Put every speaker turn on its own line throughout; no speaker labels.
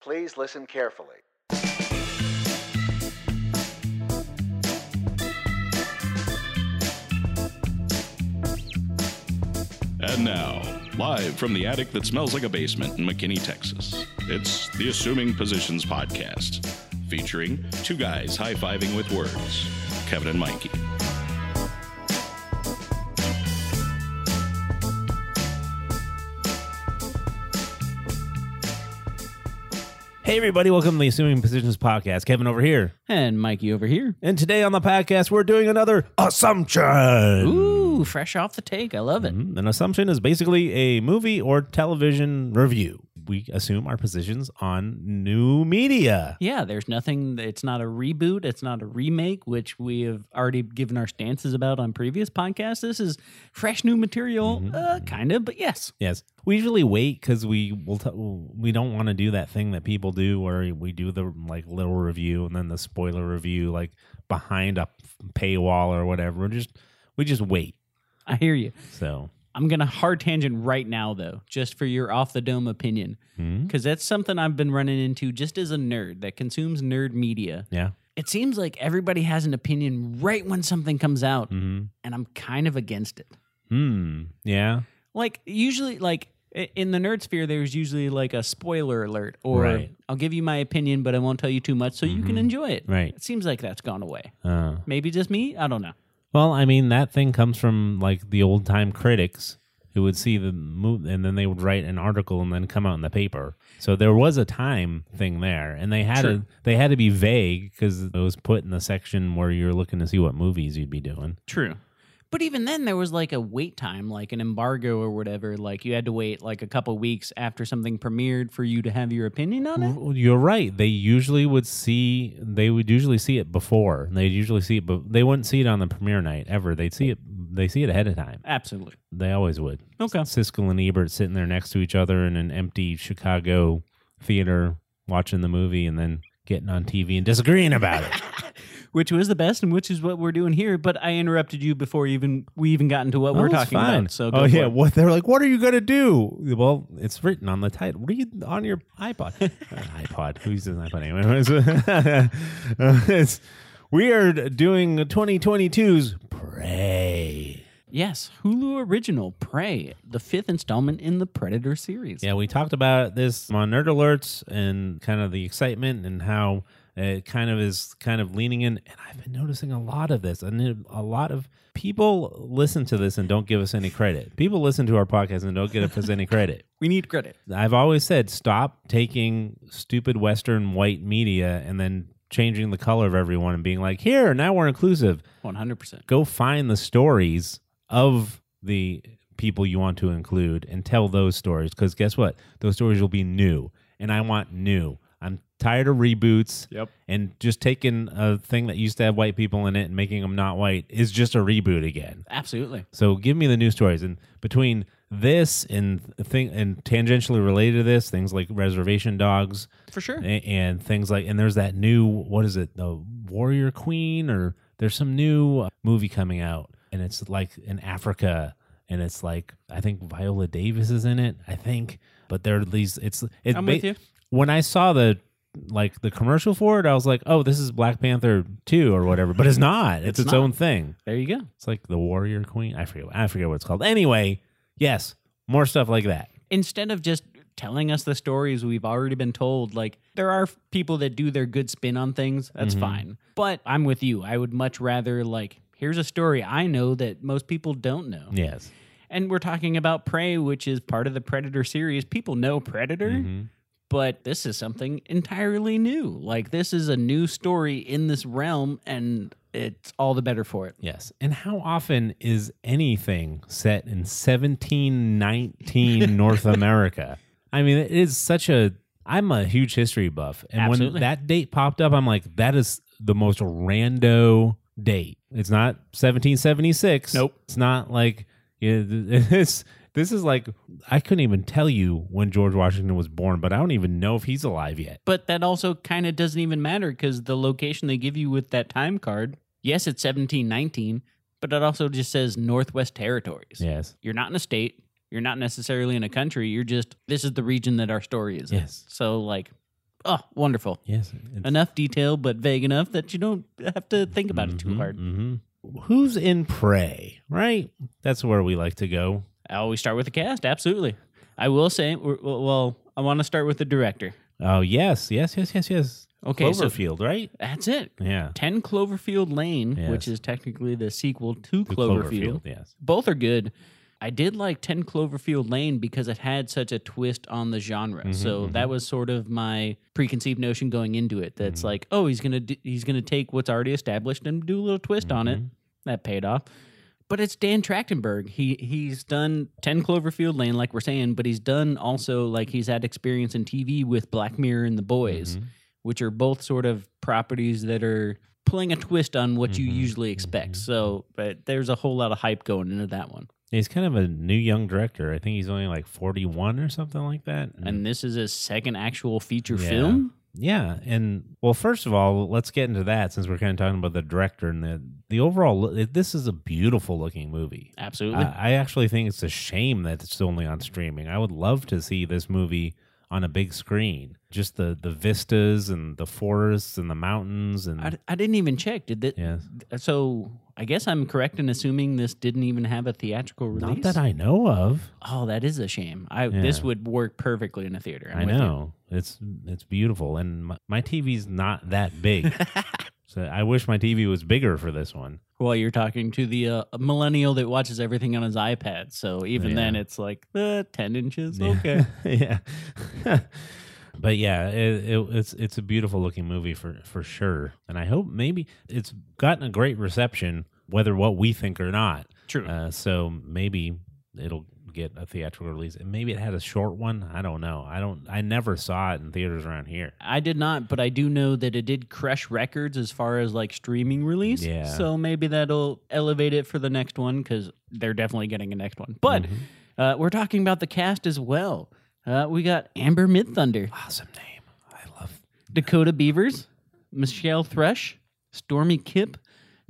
Please listen carefully.
And now, live from the attic that smells like a basement in McKinney, Texas, it's the Assuming Positions Podcast, featuring two guys high fiving with words Kevin and Mikey.
Hey, everybody, welcome to the Assuming Positions Podcast. Kevin over here.
And Mikey over here.
And today on the podcast, we're doing another assumption.
Ooh, fresh off the take. I love it.
An assumption is basically a movie or television review. We assume our positions on new media.
Yeah, there's nothing, it's not a reboot, it's not a remake, which we have already given our stances about on previous podcasts. This is fresh new material, uh, kind of, but yes.
Yes. We usually wait because we will. T- we don't want to do that thing that people do, where we do the like little review and then the spoiler review, like behind a paywall or whatever. We're just we just wait.
I hear you.
So
I'm going to hard tangent right now, though, just for your off the dome opinion,
hmm?
because that's something I've been running into just as a nerd that consumes nerd media.
yeah.
It seems like everybody has an opinion right when something comes out,
Mm-hmm.
and I'm kind of against it.
Hmm. Yeah.
like usually like i- in the nerd sphere there's usually like a spoiler alert or
Right.
i'll give you my opinion but i won't tell you too much so you can
Mhm.
enjoy it
Right.
it seems like that's gone away
Uh,
maybe just me i don't know
well, I mean, that thing comes from like the old time critics who would see the movie and then they would write an article and then come out in the paper. So there was a time thing there, and they had to
True.
they had to be vague because it was put in the section where you're looking to see what movies you'd be doing.
true but even then there was like a wait time like an embargo or whatever like you had to wait like a couple weeks after something premiered for you to have your opinion on it
Well, You're right. They usually would see they would usually see it before. They'd usually see it, but they wouldn't see it on the premiere night ever. They'd see it. They see it ahead of time.
absolutely
They always would.
okay
Siskel and Ebert sitting there next to each other in an empty Chicago theater watching the movie and then getting on TV and disagreeing about it.
which was the best and which is what we're doing here but i interrupted you before even we even got into what
Oh,
we're
it's
talking
fine.
about so go
oh
for
yeah,
it.
what they're like, what are you gonna do? Well, it's written on the title. What are you on your iPod? Uh, iPod. Who uses an iPod anyway? Uh, it's, we are doing 2022's Prey.
Yes, Hulu original Prey, the fifth installment in the Predator series.
Yeah, we talked about this on Nerd Alerts and kind of the excitement and how it kind of is kind of leaning in. And I've been noticing a lot of this, and it- a lot of people listen to this and don't give us any credit. People listen to our podcast and don't give us any credit.
We need credit.
I've always said stop taking stupid Western white media and then changing the color of everyone and being like, here, now we're inclusive.
100%.
Go find the stories of the people you want to include and tell those stories. Because guess what? Those stories will be new. And I want new. I'm tired of reboots.
Yep.
And just taking a thing that used to have white people in it and making them not white is just a reboot again.
Absolutely.
So give me the new stories. And between this and thing and tangentially related to this, things like reservation dogs
For sure.
a- and, things like and there's that new what is it the Warrior Queen or there's some new uh, movie coming out and it's like in Africa and it's like I think Viola Davis is in it I think but there are these it's it's
I'm with you.
when I saw the like the commercial for it I was like oh this is Black Panther 2 or whatever but it's not it's its,
It's not.
own thing
There you go.
it's like the Warrior Queen. I forget. I forget what it's called. Anyway, yes, more stuff like that.
Instead of just telling us the stories we've already been told, like there are people that do their good spin on things. That's
Mhm.
fine. But I'm with you. I would much rather, like, here's a story I know that most people don't know.
Yes.
And we're talking about Prey, which is part of the Predator series. People know Predator.
Mhm.
but this is something entirely new. Like this is a new story in this realm, and it's all the better for it.
Yes. And how often is anything set in 1719 North America? I mean, it is such a. I'm a huge history buff, and when
Absolutely.
that date popped up, I'm like, that is the most rando date. It's not 1776.
Nope.
It's not like yeah, th- it's. This is like I couldn't even tell you when George Washington was born, but I don't even know if he's alive yet.
But that also kind of doesn't even matter because the location they give you with that time card, yes, it's 1719, but it also just says Northwest Territories.
Yes.
You're not in a state. You're not necessarily in a country. You're just this is the region that our story is. in.
Yes.
So like, Oh, wonderful.
Yes. it's-
Enough detail, but vague enough that you don't have to think about it too
Mhm,
hard.
mhm. Who's in prey? Right. That's where we like to go.
I always start with the cast. Absolutely. I will say, w- w- well, I want to start with the director.
Oh yes, yes, yes, yes, yes.
Okay, so-
Cloverfield, right?
That's it.
Yeah.
10 Cloverfield Lane,
Yes.
which is technically the sequel to
The
Cloverfield.
Yes.
Both are good. I did like 10 Cloverfield Lane because it had such a twist on the genre. so that was sort of my preconceived notion going into it. That's like, oh, he's going to d- he's going to take what's already established and do a little twist on it. That paid off. But it's Dan Trachtenberg. He he's done 10 Cloverfield Lane like we're saying, but he's done also like he's had experience in TV with Black Mirror and The Boys,
Mhm.
which are both sort of properties that are pulling a twist on what you
Mhm.
usually expect. So, but there's a whole lot of hype going into that one.
He's kind of a new young director. I think he's only like 41 or something like that.
And this is his second actual feature
Mm-hmm. Yeah.
film.
yeah, and well, first of all, let's get into that since we're kind of talking about the director and the the overall. look- This is a beautiful looking movie.
Absolutely.
Uh, I, I actually think it's a shame that it's only on streaming. I would love to see this movie on a big screen. Just the the vistas and the forests and the mountains and
I, I didn't even check. Did that?
mm. yes,
So I guess I'm correct in assuming this didn't even have a theatrical release.
not that I know of.
oh, that is a shame. I this
Yeah.
would work perfectly in a theater. I'm
I
with you.
know it's it's beautiful, and my, my TV's not that big, so I wish my TV was bigger for this one.
While you're talking to the uh, millennial that watches everything on his iPad, so even then
Yeah.
it's like uh, ten inches.
Yeah.
Okay.
yeah. But yeah, it, it, it's it's a beautiful looking movie for for sure, and I hope maybe it's gotten a great reception, whether what we think or not.
True.
Uh, so maybe it'll get a theatrical release, and maybe it had a short one. I don't know. I don't. I never saw it in theaters around here.
I did not, but I do know that it did crush records as far as like streaming release.
Yeah.
So maybe that'll elevate it for the next one because they're definitely getting a next one. But uh, we're talking about the cast as well. Uh, we got Amber Mid Thunder,
Awesome name. I love.
Dakota Beavers, Michelle Thrush, Stormy Kipp,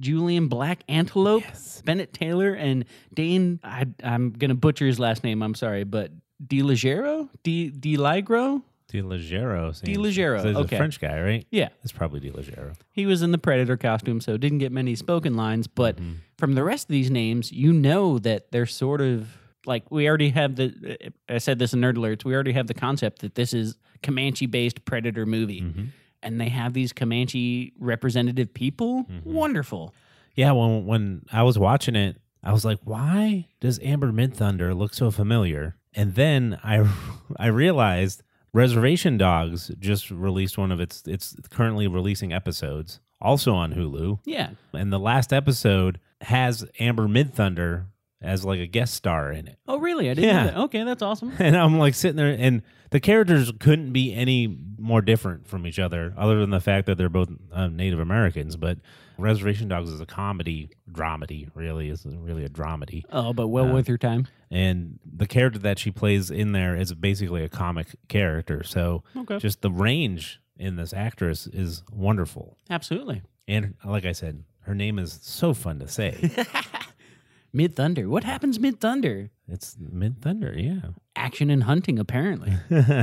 Julian Black Antelope, Bennett Taylor, and Dane. I, I'm going to butcher his last name. I'm sorry, but DeLigero? De, DeLigro?
De Ligero. seems-
Ligero,
so he's
okay.
a French guy, right?
Yeah.
It's probably De Ligero.
He was in the Predator costume, so didn't get many spoken lines. But from the rest of these names, you know that they're sort of like we already have the. I said this in Nerd Alerts. We already have the concept that this is Comanche-based Predator movie,
Mm. Mm-hmm.
and they have these Comanche representative people. Wonderful.
Yeah, when when I was watching it, I was like, why does Amber Mid Thunder look so familiar? And then I I realized Reservation Dogs just released one of its it's currently releasing episodes, also on Hulu.
Yeah,
And the last episode has Amber Mid Thunder as like a guest star in it.
Oh, really? I didn't.
Yeah.
Know that. Okay, that's awesome.
And I'm like sitting there and the characters couldn't be any more different from each other other than the fact that they're both uh, Native Americans, but Reservation Dogs is a comedy dramedy, really is really a dramedy.
Oh, but well
Uh,
worth your time.
And the character that she plays in there is basically a comic character. So
Okay.
just the range in this actress is wonderful.
Absolutely.
And like I said, her name is so fun to say.
Mid Thunder. What happens mid Thunder?
it's Mid Thunder, yeah.
Action and hunting, apparently.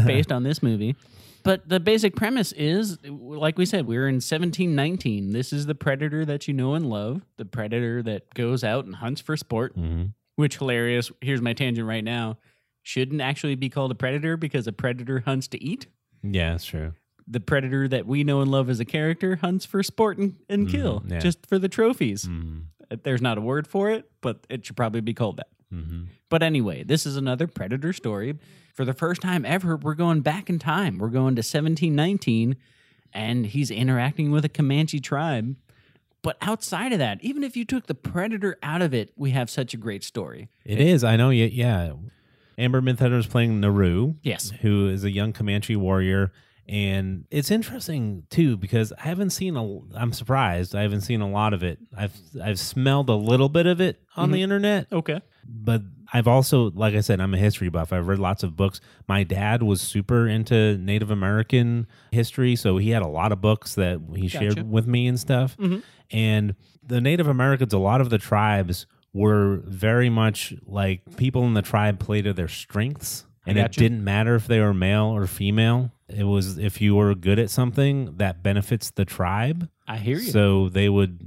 based on this movie. But the basic premise is, like we said, we're in 1719. This is the predator that you know and love, the predator that goes out and hunts for sport,
hmm
which hilarious. Here's my tangent right now. Shouldn't actually be called a predator because a predator hunts to eat.
Yeah, that's true.
The predator that we know and love as a character hunts for sport and, and
Mhm,
kill
yeah.
just for the trophies. Uh,
hmm
There's not a word for it, but it should probably be called that.
hmm
But anyway, this is another Predator story. For the first time ever, we're going back in time. We're going to 1719, and he's interacting with a Comanche tribe. But outside of that, even if you took the Predator out of it, we have such a great story.
It is. I know. Yeah. yeah. Amber Minthunder is playing Naru.
Yes.
Who is a young Comanche warrior. And it's interesting too because I haven't seen a. I'm surprised I haven't seen a lot of it. I've I've smelled a little bit of it on the internet,
Okay.
but I've also, like I said, I'm a history buff. I've read lots of books. My dad was super into Native American history, so he had a lot of books that he
Gotcha. Mm-hmm.
shared with me and stuff. And the Native Americans, a lot of the tribes were very much like people in the tribe play to their strengths, and it
gotcha.
didn't matter if they were male or female. It was if you were good at something that benefits the tribe,
I hear you.
so they would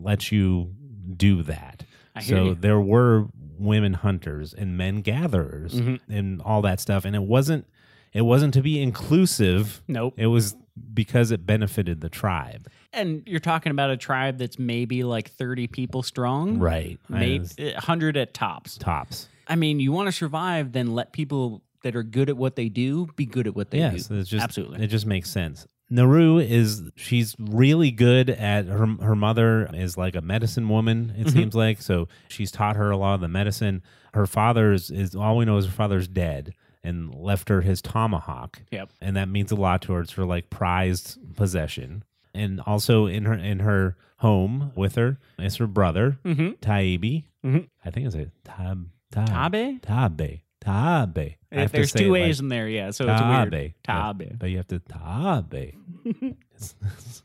let you do that.
I hear
so
you.
there were women hunters and men gatherers
Mhm.
and all that stuff, and it wasn't it wasn't to be inclusive.
nope.
It was because it benefited the tribe,
and you're talking about a tribe that's maybe like 30 people strong.
right?
Maybe
As
100 at tops.
tops.
I mean, you want to survive, then let people that are good at what they do be good at what they
yes,
do.
it's just
Absolutely.
It just makes sense. Naru is she's really good at her her mother is like a medicine woman
Mm-hmm.
it seems like so she's taught her a lot of the medicine her father's is all we know is her father's dead and left her his tomahawk
Yep.
and that means a lot to her it's her like prized possession and also in her in her home with her is her brother
Mhm.
Taibi
Mhm.
I think it's a Tab
Tabe?
Tabe Tabe I have to
There's
say
two
it like-
A's in there, yeah. So it's weird.
Tabe.
Tabe.
But you have to tabe. It's- it's-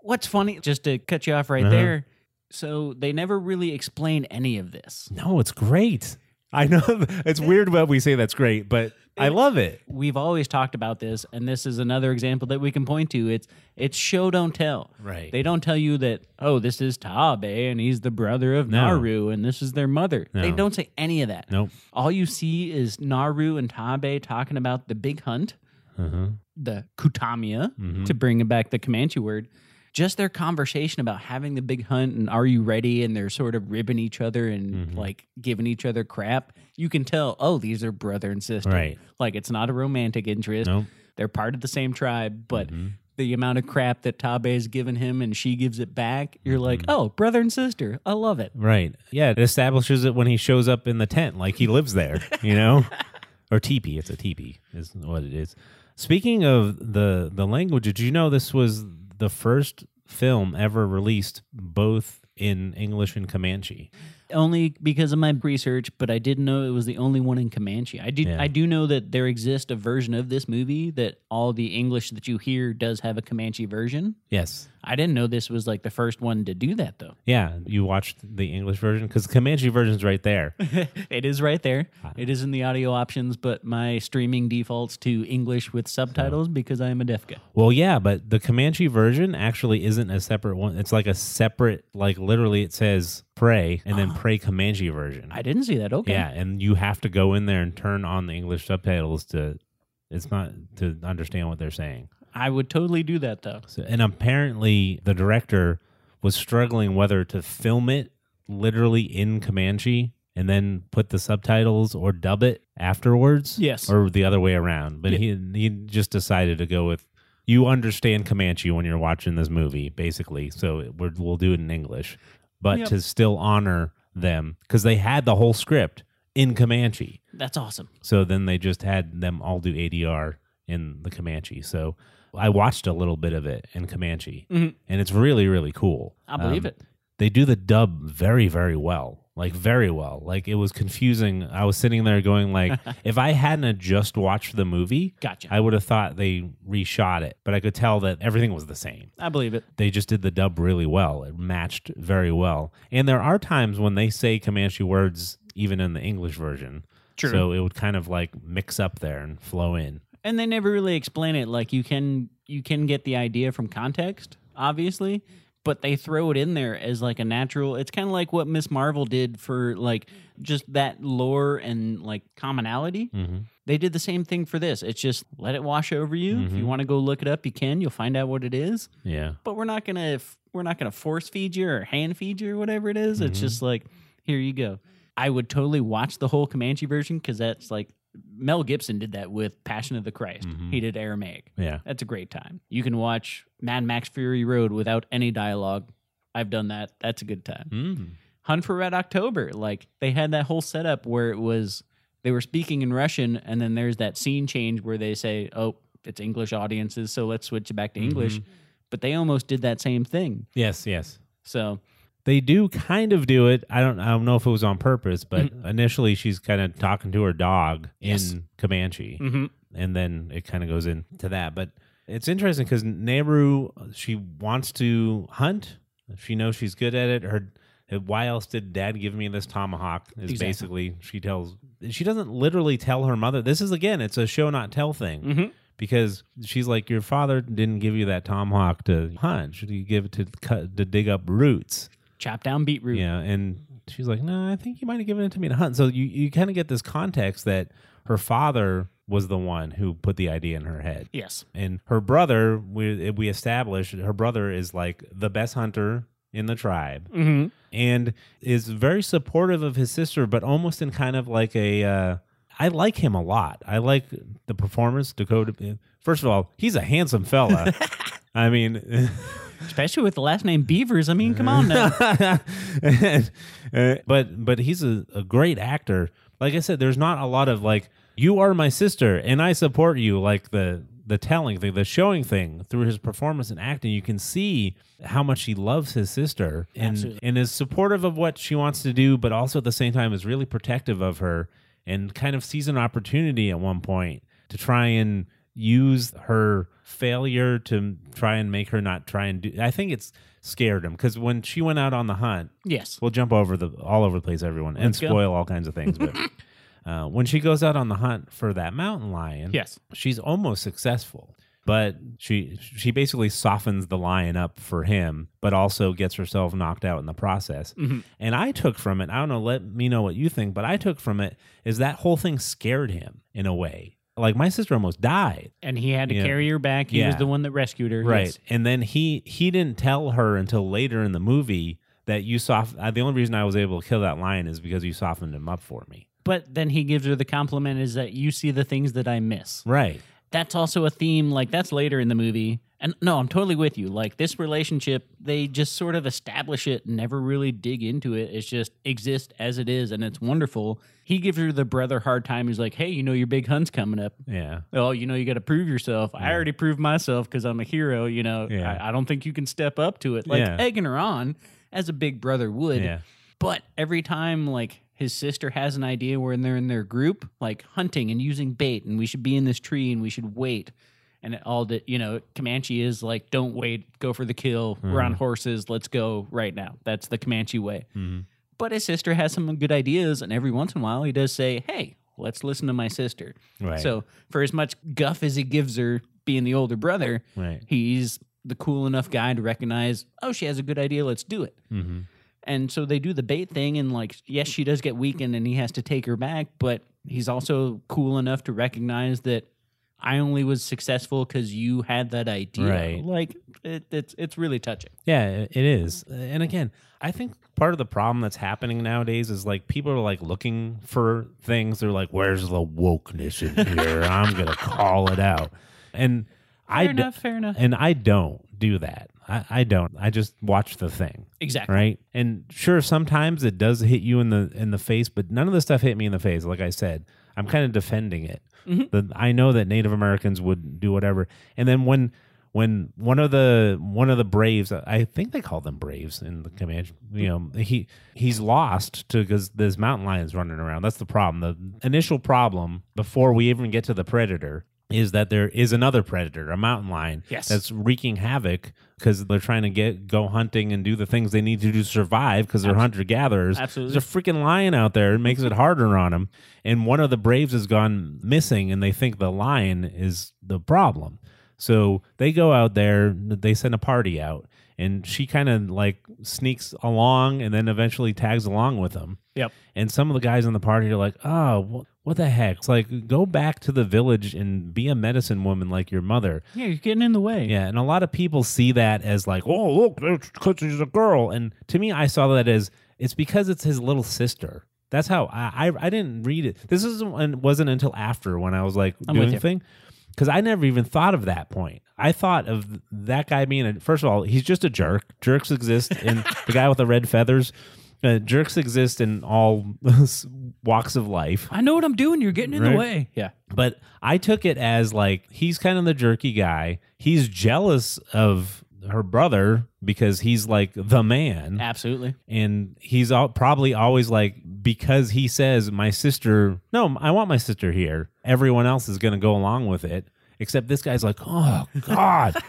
What's funny, just to cut you off right
Uh-huh.
there. So they never really explain any of this.
no, it's great. I know it's weird when we say that's great, but I love it.
We've always talked about this, and this is another example that we can point to. It's it's show don't tell.
Right.
They don't tell you that, oh, this is Tabe and he's the brother of
No.
Naru and this is their mother. They
No.
don't say any of that.
Nope.
All you see is Naru and Tabe talking about the big hunt,
Uh-huh.
the Kutamiya,
Mm-hmm.
to bring back the Comanche word. Just their conversation about having the big hunt and are you ready? And they're sort of ribbing each other and
Mm-hmm.
like giving each other crap. You can tell, oh, these are brother and sister.
Right.
Like it's not a romantic interest.
Nope. Mm-hmm.
They're part of the same tribe, but the amount of crap that Tabe has given him and she gives it back, you're like,
Mm-hmm.
oh, brother and sister. I love it.
Right. Yeah, it establishes it when he shows up in the tent, like he lives there, you know? or teepee. It's a teepee, is what it is. Speaking of the the language, did you know this was the first film ever released both in English and Comanche?
only because of my research, but I didn't know it was the only one in Comanche. I do
Yeah.
I do know that there exists a version of this movie that all the English that you hear does have a Comanche version.
Yes.
I didn't know this was like the first one to do that though.
Yeah, you watched the English version because the Comanche version's right there.
it is right there. It is in the audio options, but my streaming defaults to English with subtitles because I am a deaf guy.
well, yeah, but the Comanche version actually isn't a separate one. It's like a separate, like literally, it says "pray" and then "pray Comanche version."
Ah. I didn't see that. Okay.
Yeah, and you have to go in there and turn on the English subtitles to. It's not to understand what they're saying.
I would totally do that though.
So, and apparently, the director was struggling whether to film it literally in Comanche and then put the subtitles or dub it afterwards.
Yes.
Or the other way around. But he, he just decided to go with you understand Comanche when you're watching this movie, basically. So it, we're, we'll do it in English, but
Yep.
to still honor them because they had the whole script in Comanche.
That's awesome.
So then they just had them all do ADR in the Comanche. So I watched a little bit of it in Comanche,
Mhm.
and it's really really cool.
I believe
Um,
it.
They do the dub very very well, like very well. Like it was confusing. I was sitting there going like, if I hadn't have just watched the movie,
Gotcha.
I would have thought they reshot it. But I could tell that everything was the same
I believe it.
they just did the dub really well. It matched very well. And there are times when they say Comanche words even in the English version.
True.
So it would kind of like mix up there and flow in.
and they never really explain it like you can you can get the idea from context obviously but they throw it in there as like a natural it's kind of like what miss marvel did for like just that lore and like commonality
Mm-hmm.
they did the same thing for this it's just let it wash over you if you
Mhm.
want to go look it up you can you'll find out what it is
Yeah.
but we're not gonna we're not gonna force feed you or hand feed you or whatever it is. It's
Mhm.
just like here you go. I would totally watch the whole Comanche version because that's like Mel Gibson did that with Passion of the Christ.
Mhm.
He did Aramaic.
Yeah.
That's a great time. You can watch Mad Max Fury Road without any dialogue. I've done that. That's a good time.
Mm.
Hunt for Red October. Like they had that whole setup where it was they were speaking in Russian, and then there's that scene change where they say, "Oh, it's English audiences, so let's switch it back to English."
Mm-hmm.
But they almost did that same thing.
Yes. Yes.
So
They do kind of do it. I don't. I don't know if it was on purpose, but initially she's kind of talking to her dog
Yes.
in Comanche. and then it kind of goes into that. But it's interesting because Nehru, she wants to hunt. She knows she's good at it. Her, why else did Dad give me this tomahawk? Is
Exactly.
basically she tells. She doesn't literally tell her mother. This is again, it's a show not tell thing. because she's like, your father didn't give you that tomahawk to hunt. Should you give it to cut to dig up roots?
Chop down beetroot.
Yeah, and she's like, no, I think you might have given it to me to hunt. So you you kind of get this context that her father was the one who put the idea in her head.
Yes.
And her brother, we we established her brother is like the best hunter in the tribe
Mm-hmm.
and is very supportive of his sister, but almost in kind of like a. Uh, I like him a lot. I like the performance. Dakota. uh, First of all, he's a handsome fella. I mean,
Especially with the last name Beavers. I mean, come on now.
And, uh, but but he's a, a great actor. Like I said, there's not a lot of like you are my sister and I support you. Like the the telling thing, the showing thing through his performance and acting, you can see how much he loves his sister and
Absolutely.
and is supportive of what she wants to do, but also at the same time is really protective of her and kind of sees an opportunity at one point to try and use her failure to try and make her not try and do I think it's scared him because when she went out on the hunt
Yes.
we'll jump over the all over the place everyone and
Let's go.
spoil all kinds of things but uh, when she goes out on the hunt for that mountain lion
Yes.
she's almost successful but she she basically softens the lion up for him but also gets herself knocked out in the process
Mm-hmm.
and i took from it i don't know let me know what you think but i took from it is that whole thing scared him in a way like my sister almost died
And he had to
Yeah.
carry her back. He was
Yeah.
the one that rescued her.
right
Yes.
and then he he didn't tell her until later in the movie that you soft uh, the only reason i was able to kill that lion is because you softened him up for me
But then he gives her the compliment is that you see the things that I miss.
right
That's also a theme. Like, that's later in the movie. And no, I'm totally with you. Like, this relationship, they just sort of establish it, never really dig into it. It's just exist as it is, and it's wonderful. He gives her the brother hard time. He's like, hey, you know, your big hunt's coming up.
yeah
oh, you know, you got to prove yourself. I already proved myself because I'm a hero. You know,
Yeah.
I, I don't think you can step up to it. Like
Yeah.
egging her on as a big brother would.
yeah
But every time, like, his sister has an idea when they're in their group, like hunting and using bait, and we should be in this tree and we should wait. And it all that, you know, Comanche is like, don't wait, go for the kill. We're
Mm.
on horses. Let's go right now. That's the Comanche way.
Mm-hmm.
But his sister has some good ideas. And every once in a while, he does say, hey, let's listen to my sister.
right
So for as much guff as he gives her being the older brother,
right
he's the cool enough guy to recognize, oh, she has a good idea, let's do it.
mm-hmm.
And so they do the bait thing and like yes, she does get weakened and he has to take her back, but he's also cool enough to recognize that I only was successful cuz you had that idea.
Right.
Like it, it's it's really touching.
Yeah, i- it is. And again, I think part of the problem that's happening nowadays is like people are like looking for things. They're like, "Where's the wokeness in here? I'm gonna call it out." And I
Fair
d-
enough, fair enough.
and I don't do that. I, I don't. I just watch the thing,
Exactly.
right? And sure, sometimes it does hit you in the in the face, but none of the stuff hit me in the face. Like I said, I'm kind of defending it.
Mm-hmm.
The, I know that Native Americans would do whatever, and then when when one of the one of the braves, I think they call them braves in the Comanche, you know, he he's lost to because this mountain lion's running around. That's the problem. The initial problem before we even get to the predator is that there is another predator, a mountain lion,
Yes.
that's wreaking havoc because they're trying to get go hunting and do the things they need to do to survive because they're hunter gatherers.
Absolutely.
There's a freaking lion out there. It makes it harder on them. And one of the Braves has gone missing, and they think the lion is the problem. So they go out there, they send a party out, and she kind of like sneaks along and then eventually tags along with them.
Yep.
And some of the guys in the party are like, oh, wh- what the heck? It's like, go back to the village and be a medicine woman like your mother.
Yeah, you're getting in the way.
Yeah, and a lot of people see that as like, oh, look, it's because she's a girl. And to me, I saw that as it's because it's his little sister. That's how I I, I didn't read it. This is wasn't until after when I was like
I'm with
doing
you.
thing because I never even thought of that point. I thought of th- that guy being a first of all, he's just a jerk. Jerks exist, and the guy with the red feathers. Uh, jerks exist in all walks of life.
I know what I'm doing. You're getting in
Right.
the way. Yeah.
But I took it as like he's kind of the jerky guy. He's jealous of her brother because he's like the man.
Absolutely.
And he's all, probably always like, because he says, my sister, no, I want my sister here. Everyone else is going to go along with it. Except this guy's like, oh, God.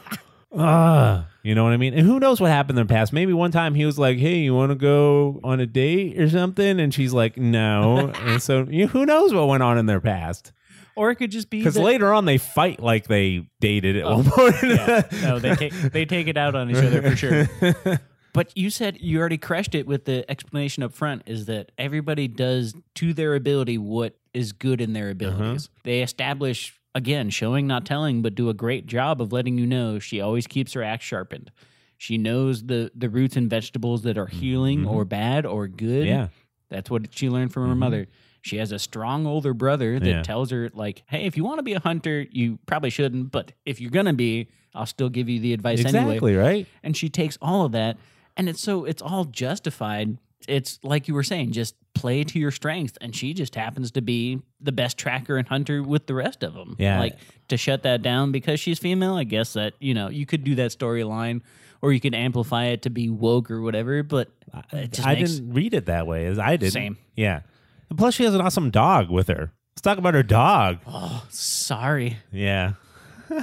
Ah, you know what I mean? And who knows what happened in the past? Maybe one time he was like, "Hey, you want to go on a date or something?" And she's like, "No." and so, you, who knows what went on in their past?
or it could just be
Because
that-
later on they fight like they dated at one point.
Oh. Yeah. No, they take they take it out on each other for sure. But you said you already crushed it with the explanation up front is that everybody does to their ability what is good in their abilities. They establish again showing not telling but do a great job of letting you know she always keeps her axe sharpened. She knows the the roots and vegetables that are healing
Mhm.
or bad or good.
yeah.
That's what she learned from her
Mhm.
mother. She has a strong older brother that
Yeah.
tells her, like, hey, if you want to be a hunter, you probably shouldn't, but if you're going to be, I'll still give you the advice anyway.
Exactly, right?
And she takes all of that. And it's so, it's all justified. It's like you were saying, just play to your strengths. And she just happens to be the best tracker and hunter with the rest of them.
Yeah.
Like to shut that down because she's female, I guess that, you know, you could do that storyline or you could amplify it to be woke or whatever, but it Uh, just
I
makes-
didn't read it that way as I did.
Same.
Yeah. And plus she has an awesome dog with her. Let's talk about her dog.
Oh, sorry.
Yeah.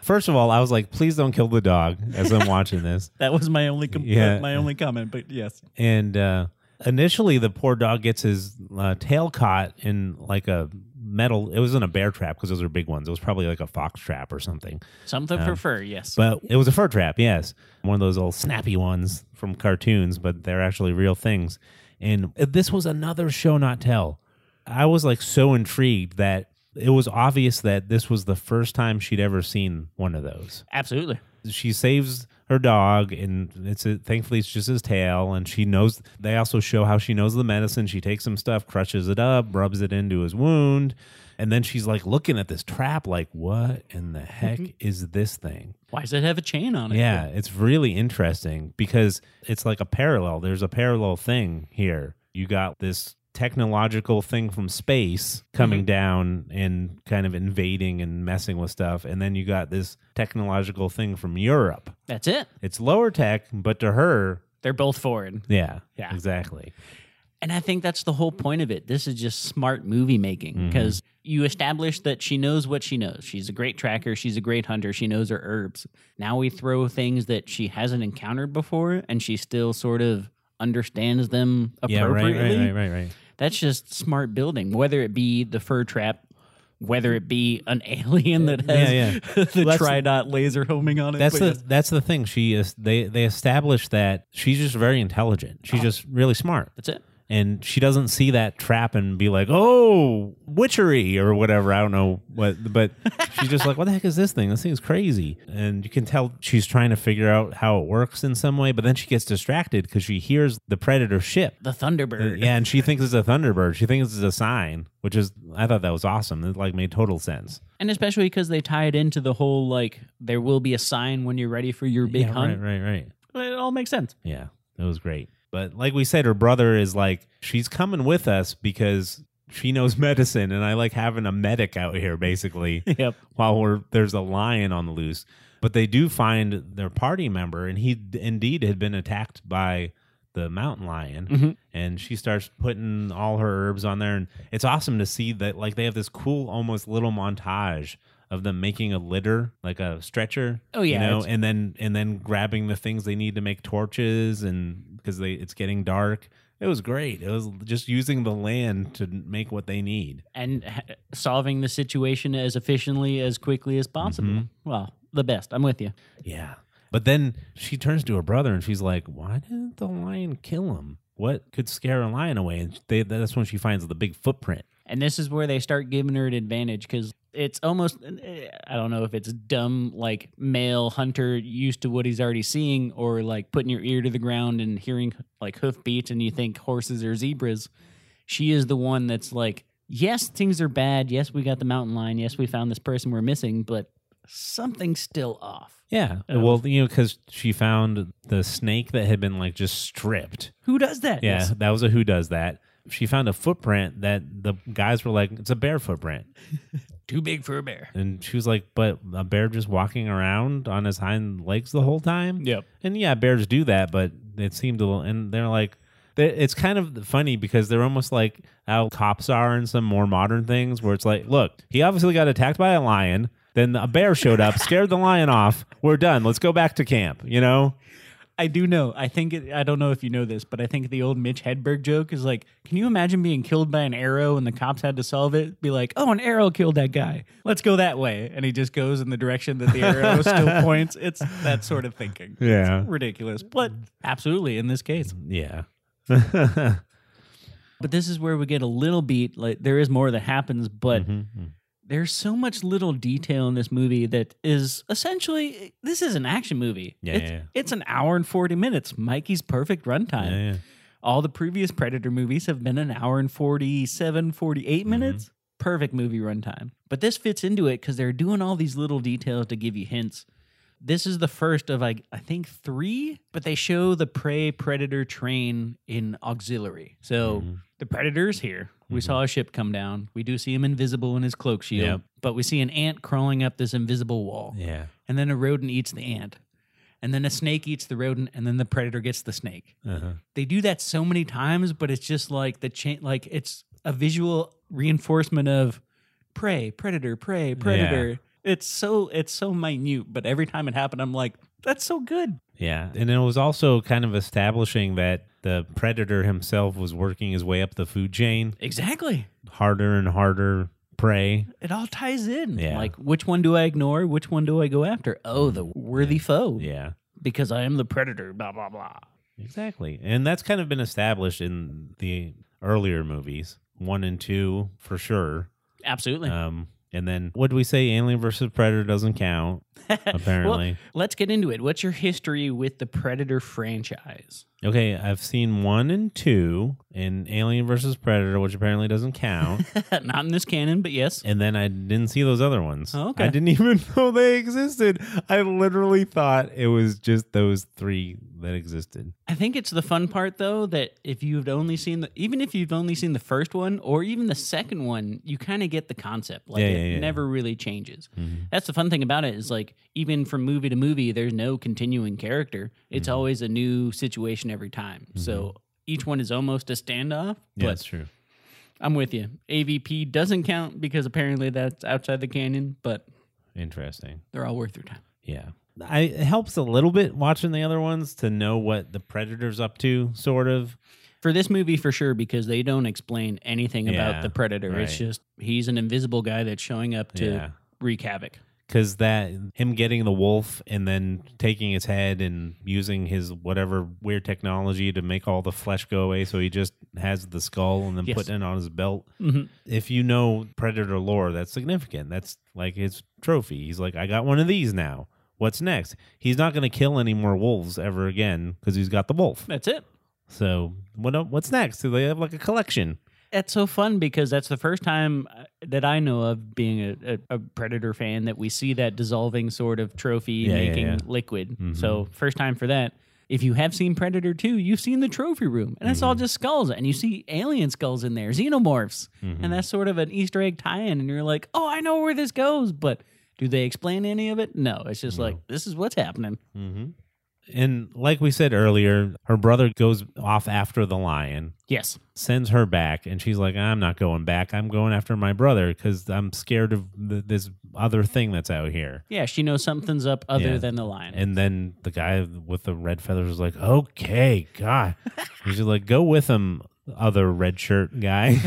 First of all, I was like, please don't kill the dog as I'm watching this.
That was my only com-
Yeah.
my only comment, but yes.
And uh, initially, the poor dog gets his uh, tail caught in like a metal, it wasn't a bear trap because those are big ones. It was probably like a fox trap or something.
Something
Um,
for fur, yes.
But it was a fur trap, yes. One of those old snappy ones from cartoons, but they're actually real things. And this was another show not tell. I was like so intrigued that it was obvious that this was the first time she'd ever seen one of those.
Absolutely.
She saves her dog, and it's a, thankfully it's just his tail. And she knows. They also show how she knows the medicine. She takes some stuff, crushes it up, rubs it into his wound, and then she's like looking at this trap, like, "What in the heck is this thing?"
Why does it have a chain on it?
Yeah, it's really interesting because it's like a parallel. There's a parallel thing here. You got this technological thing from space
Mm-hmm.
coming down and kind of invading and messing with stuff. And then you got this technological thing from Europe.
That's it.
It's lower tech, but to her,
They're both foreign.
yeah,
Yeah.
exactly.
And I think that's the whole point of it. This is just smart movie making
Mm-hmm.
because you establish that she knows what she knows. She's a great tracker. She's a great hunter. She knows her herbs. Now we throw things that she hasn't encountered before and she still sort of understands them
Yeah,
appropriately.
right, right, right, right, right.
That's just smart building, whether it be the fur trap, whether it be an alien that has
Yeah,
the
Well, that's-
tridot laser homing on it.
That's
But
the
yes.
that's the thing. She is they they established that she's just very intelligent.
Uh-huh.
She's just really smart.
that's it.
and she doesn't see that trap and be like, "Oh, witchery" or whatever. I don't know what, but she's just like, "What the heck is this thing? This thing's crazy." And you can tell she's trying to figure out how it works in some way, but then she gets distracted because she hears the predator ship. Uh,
The Thunderbird.
Yeah, and she thinks it's a thunderbird. She thinks it's a sign, which is I thought that was awesome. It like made total sense.
And especially because they tie it into the whole like there will be a sign when you're ready for your big
yeah,
hunt.
right, right, right.
It all makes sense.
Yeah, it was great. But like we said, her brother is like, she's coming with us because she knows medicine, and I like having a medic out here basically.
Yep.
While we're there's a lion on the loose, but they do find their party member, and he d- indeed had been attacked by the mountain lion.
Mhm.
And she starts putting all her herbs on there, and it's awesome to see that like they have this cool, almost little montage of them making a litter, like a stretcher.
Oh,
you
yeah,
know,
it's-
and then and then grabbing the things they need to make torches and because they it's getting dark it was great it was just using the land to make what they need
And ha- solving the situation as efficiently as quickly as possible.
Mm-hmm.
Well, the best. I'm with you.
yeah but then she turns to her brother and she's like why didn't the lion kill him what could scare a lion away and they, that's when she finds the big footprint
And this is where they start giving her an advantage because it's almost, eh, I don't know if it's dumb, like male hunter used to what he's already seeing, or like putting your ear to the ground and hearing like hoof beats and you think horses or zebras. She is the one that's like, yes, things are bad. Yes, we got the mountain lion. Yes, we found this person we're missing, but something's still off.
yeah well you know because she found the snake that had been like just stripped
Who does that?
Yeah,
Yes.
that was a who does that. She found a footprint that the guys were like, it's a bear footprint.
Too big for a bear.
And she was like, but a bear just walking around on his hind legs the whole time?
Yep.
And yeah, bears do that, but it seemed a little, and they're like, they- it's kind of funny because they're almost like how cops are in some more modern things where it's like, look, he obviously got attacked by a lion. Then a bear showed up, scared the lion off. We're done. Let's go back to camp, you know?
I do know. I think it, I don't know if you know this, but I think the old Mitch Hedberg joke is like, can you imagine being killed by an arrow and the cops had to solve it? Be like, oh, an arrow killed that guy. Let's go that way, and he just goes in the direction that the arrow still points. It's that sort of thinking. It's
Yeah. Mm-hmm.
ridiculous, but absolutely in this case.
Yeah.
But this is where we get a little beat. Like there is more that happens, but
Mhm.
there's so much little detail in this movie that is essentially this is an action movie.
Yeah,
it's,
yeah, yeah.
it's an hour and forty minutes. Mikey's perfect runtime.
Yeah, yeah.
All the previous Predator movies have been an hour and 47, 48
Mm-hmm.
minutes. Perfect movie runtime. But this fits into it because they're doing all these little details to give you hints. This is the first of, like, I think three, but they show the prey predator train in auxiliary. So
Mhm.
the predator's here. We saw a ship come down. We do see him invisible in his cloak shield,
Mm-hmm. Yep.
but we see an ant crawling up this invisible wall
Yeah.
and then a rodent eats the ant, and then a snake eats the rodent, and then the predator gets the snake.
Uh-huh.
They do that so many times, but it's just like the chain, like it's a visual reinforcement of prey, predator, prey, predator. It's so it's so minute, but every time it happened, I'm like, that's so good.
Yeah. And it was also kind of establishing that the predator himself was working his way up the food chain,
Exactly.
harder and harder prey.
It all ties in.
Yeah.
Like, which one do I ignore? Which one do I go after? Oh, the worthy foe.
Yeah.
Because I am the predator. Blah blah blah.
Exactly. And that's kind of been established in the earlier movies, one and two for sure.
Absolutely.
Um, and then what do we say? Alien versus Predator doesn't count, apparently.
Let's get into it. What's your history with the Predator franchise?
okay, I've seen one and two in Alien versus Predator, which apparently doesn't count.
Not in this canon, but yes.
and then I didn't see those other ones.
Oh, okay.
I didn't even know they existed. I literally thought it was just those three that existed.
I think it's the fun part though that if you've only seen the even if you've only seen the first one or even the second one, you kind of get the concept. Like
Yeah,
it
yeah, Mm-hmm. yeah.
never really changes. That's the fun thing about it is like even from movie to movie, there's no continuing character. It's
Mm-hmm.
always a new situation every time. So each one is almost a
Yeah,
standoff. but
that's true.
I'm with you. AVP doesn't count because apparently that's outside the canon, but
Interesting.
they're all worth your time.
Yeah. I, it helps a little bit watching the other ones to know what the predator's up to, sort of.
for this movie for sure because they don't explain anything
Yeah,
about the predator it's
right.
just he's an invisible guy that's showing up to
Yeah.
wreak havoc
Because that him getting the wolf and then taking his head and using his whatever weird technology to make all the flesh go away, so he just has the skull and then
Yes.
putting it on his belt.
Mhm.
If you know predator lore, that's significant. That's like his trophy. He's like, I got one of these now. What's next? He's not going to kill any more wolves ever again because he's got the wolf.
that's it
So what? el- What's next? Do they have like a collection?
that's so fun because that's the first time uh, that i know of being a, a, a predator fan that we see that dissolving sort of trophy
yeah, Mm-hmm.
making
yeah.
liquid so first time for that if you have seen Predator 2, you've seen the trophy room, and it's all
Mm-hmm.
just skulls, and you see alien skulls in there, xenomorphs,
Mm-hmm.
and that's sort of an Easter egg tie-in. And you're like, "Oh, I know where this goes," but do they explain any of it? No, it's just like this is what's happening.
Mm-hmm. And like we said earlier, her brother goes off after the lion,
Yes,
sends her back, and she's like, "I'm not going back. I'm going after my brother because I'm scared of th- this other thing that's out here."
yeah, she knows something's up other
Yeah.
than the lion.
And then the guy with the red feathers is like, "Okay, God," and she's like, "Go with him, other red shirt guy."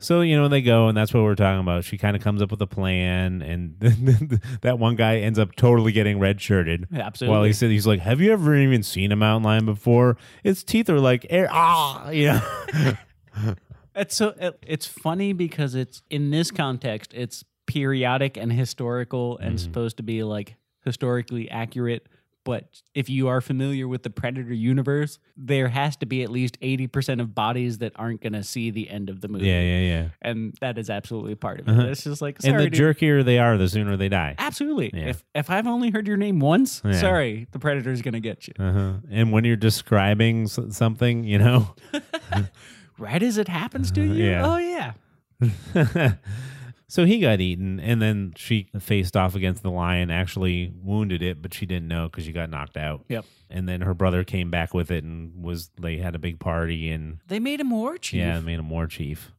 So you know they go, and that's what we're talking about. She kind of comes up with a plan, and that one guy ends up totally getting red shirted.
Absolutely.
While he said he's like, "Have you ever even seen a mountain lion before? Its teeth are like air, ah, you know."
It's so it, it's funny because it's in this context, it's periodic and historical and
Mm-hmm.
supposed to be like historically accurate. But if you are familiar with the Predator universe, there has to be at least eighty percent of bodies that aren't going to see the end of the movie.
yeah, yeah, yeah.
and that is absolutely part of it.
Uh-huh.
It's just like sorry,
And the
dude.
jerkier they are, the sooner they die.
absolutely.
Yeah.
If if I've only heard your name once,
Yeah.
sorry, the Predator's going to get you.
Uh-huh. And when you're describing s- something, you know,
Right as it happens to you,
Uh-huh. yeah.
oh yeah,
so he got eaten, and then she faced off against the lion, actually wounded it, but she didn't know because she got knocked out.
yep.
And then her brother came back with it, and was they had a big party, and
They made him war chief.
yeah, made him war chief.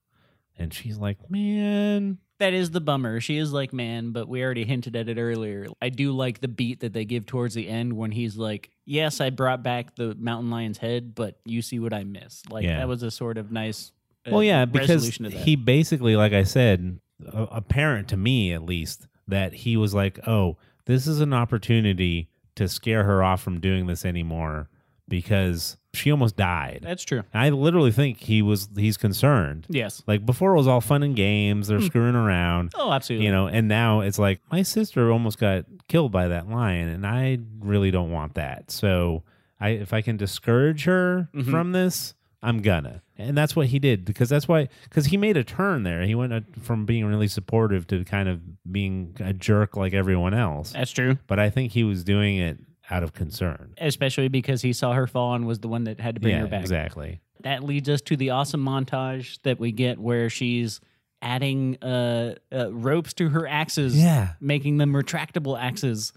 And she's like, "Man,
that is the bummer. She is like, man, but we already hinted at it earlier. I do like the beat that they give towards the end when he's like, yes, I brought back the mountain lion's head, but you see what I missed. Like
Yeah.
that was a sort of nice. uh,
well yeah because
resolution to that.
he basically like i said a- apparent to me at least that he was like oh this is an opportunity to scare her off from doing this anymore because she almost died
That's true.
And i literally think he was he's concerned
Yes.
like before it was all fun and games
Hmm.
they're screwing around
Oh, absolutely.
you know and now it's like my sister almost got killed by that lion and i really don't want that so i if i can discourage her
Mhm.
from this i'm gonna and that's what he did because that's why because he made a turn there he went uh, from being really supportive to kind of being a jerk like everyone else
That's true.
but i think he was doing it out of concern
Especially because he saw her fall and was the one that had to bring
yeah
her back.
exactly
That leads us to the awesome montage that we get where she's adding uh, uh, ropes to her axes,
yeah
making them retractable axes,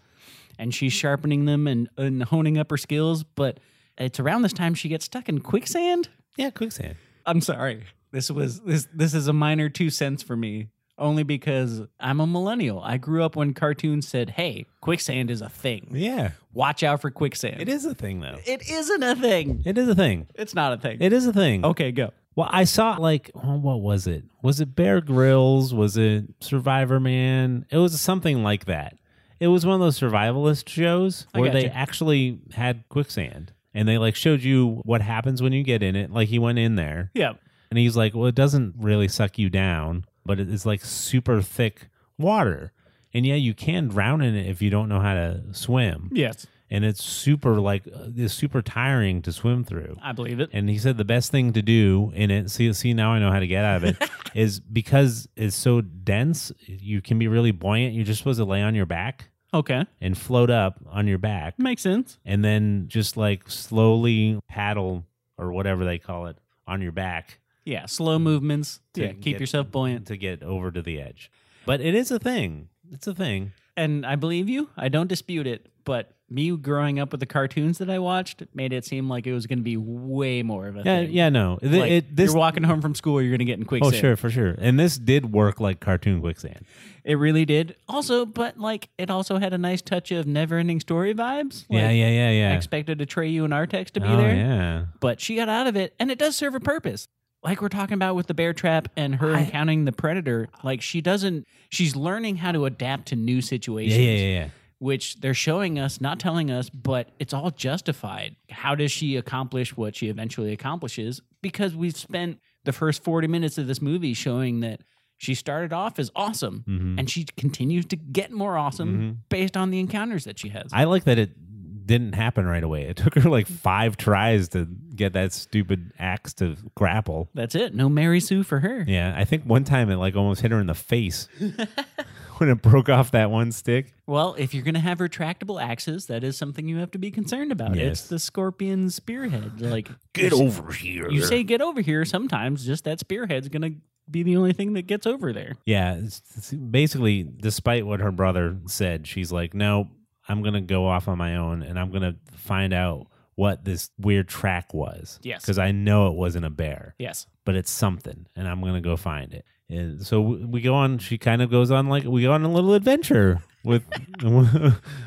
and she's sharpening them and, and honing up her skills. But it's around this time she gets stuck in quicksand.
yeah quicksand
I'm sorry. This was this this is a minor two cents for me. Only because I'm a millennial. I grew up when cartoons said, "Hey, quicksand is a thing.
yeah
Watch out for quicksand."
it is a thing though
It isn't a thing.
it is a thing
It's not a thing.
it is a thing
okay, go.
Well, I saw like oh, what was it? Was it Bear Grylls? Was it Survivor Man? It was something like that. It was one of those survivalist shows
I
where they
gotcha.
actually had quicksand and they like showed you what happens when you get in it. Like he went in there
Yeah.
and he's like, "Well, it doesn't really suck you down, but it is like super thick water." And yeah, you can drown in it if you don't know how to swim.
Yes.
And it's super like uh, it's super tiring to swim through.
I believe it.
And he said the best thing to do in it, see, see now I know how to get out of it, is because it's so dense, you can be really buoyant. You're just supposed to lay on your back
Okay.
and float up on your back
Makes sense.
and then just like slowly paddle or whatever they call it on your back
Yeah. Slow movements.
To
yeah. Keep
get-
yourself buoyant.
to get over to the edge. But it is a thing. It's a thing.
And I believe you. I don't dispute it. But me growing up with the cartoons that I watched made it seem like it was going to be way more of a
Yeah,
thing.
yeah, no. It,
Like,
it, this,
you're walking home from school, you're going to get in
oh,
quicksand.
sure, for sure. And this did work like cartoon quicksand.
It really did. Also, but like, it also had a nice touch of never ending story vibes. Like,
yeah, yeah, yeah,
I
yeah.
expected Atreyu and Artex to be
Oh,
there.
yeah.
but she got out of it and it does serve a purpose like we're talking about with the bear trap and her
I-
encountering the predator like she doesn't she's learning how to adapt to new
Yeah,
situations
yeah, yeah, yeah.
which they're showing us not telling us but it's all justified how does she accomplish what she eventually accomplishes because we've spent the first 40 minutes of this movie showing that she started off as awesome
Mhm.
and she continues to get more awesome based on the encounters that she has
Mm-hmm. I like that it didn't happen right away. It took her like five tries to get that stupid axe to grapple.
that's it no mary sue for her
Yeah, I think one time it like almost hit her in the face when it broke off that one stick.
Well, if you're going to have retractable axes, that is something you have to be concerned about.
Yes.
It's the scorpion spearhead. Like
Get over here.
you say, get over here. Sometimes just that spearhead's going to be the only thing that gets over there.
Yeah, it's, it's basically, despite what her brother said, she's like, "No, I'm gonna go off on my own, and I'm gonna find out what this weird track was."
Yes.
because I know it wasn't a bear.
Yes.
but it's something, and I'm gonna go find it. And so we we go on. She kind of goes on like we go on a little adventure with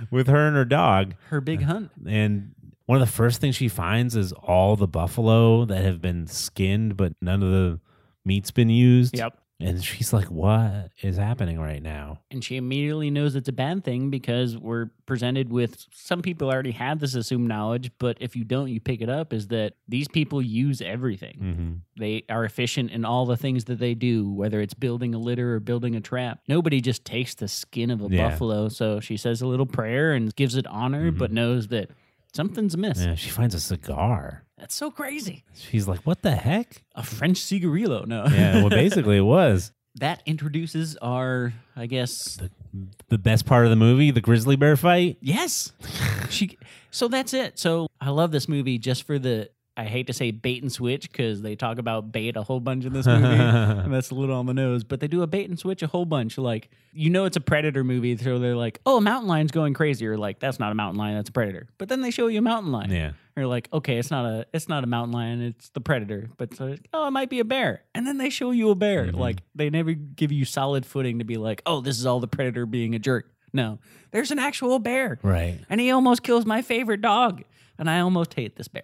with her and her dog.
Her big hunt.
And one of the first things she finds is all the buffalo that have been skinned, but none of the meat's been used. And she's like, "What is happening right now?"
And she immediately knows it's a bad thing because we're presented with some people already have this assumed knowledge, but if you don't, you pick it up is that these people use everything.
Mm-hmm.
They are efficient in all the things that they do, whether it's building a litter or building a trap. Nobody just takes the skin of a
Yeah.
buffalo. So she says a little prayer and gives it honor, but knows that something's amiss.
Mm-hmm. Yeah, she finds a cigar.
That's so crazy.
She's like, "What the heck?"
A French cigarillo. No.
Yeah, well, basically, it was
that introduces our, I guess.
the best part of the movie: the grizzly bear fight.
yes. she. So that's it. So I love this movie just for the I hate to say bait and switch because they talk about bait a whole bunch in this movie. and that's a little on the nose, but they do a bait and switch a whole bunch. Like, you know, it's a predator movie. So they're like, oh, a mountain lion's going crazy. You're like, that's not a mountain lion, that's a predator. But then they show you a mountain lion.
Yeah.
You're like, okay, it's not a it's not a mountain lion, it's the predator. But so it's, oh, it might be a bear. And then they show you a bear.
Mm-hmm.
Like they never give you solid footing to be like, oh, this is all the predator being a jerk. No, there's an actual bear,
Right.
and he almost kills my favorite dog, and I almost hate this bear.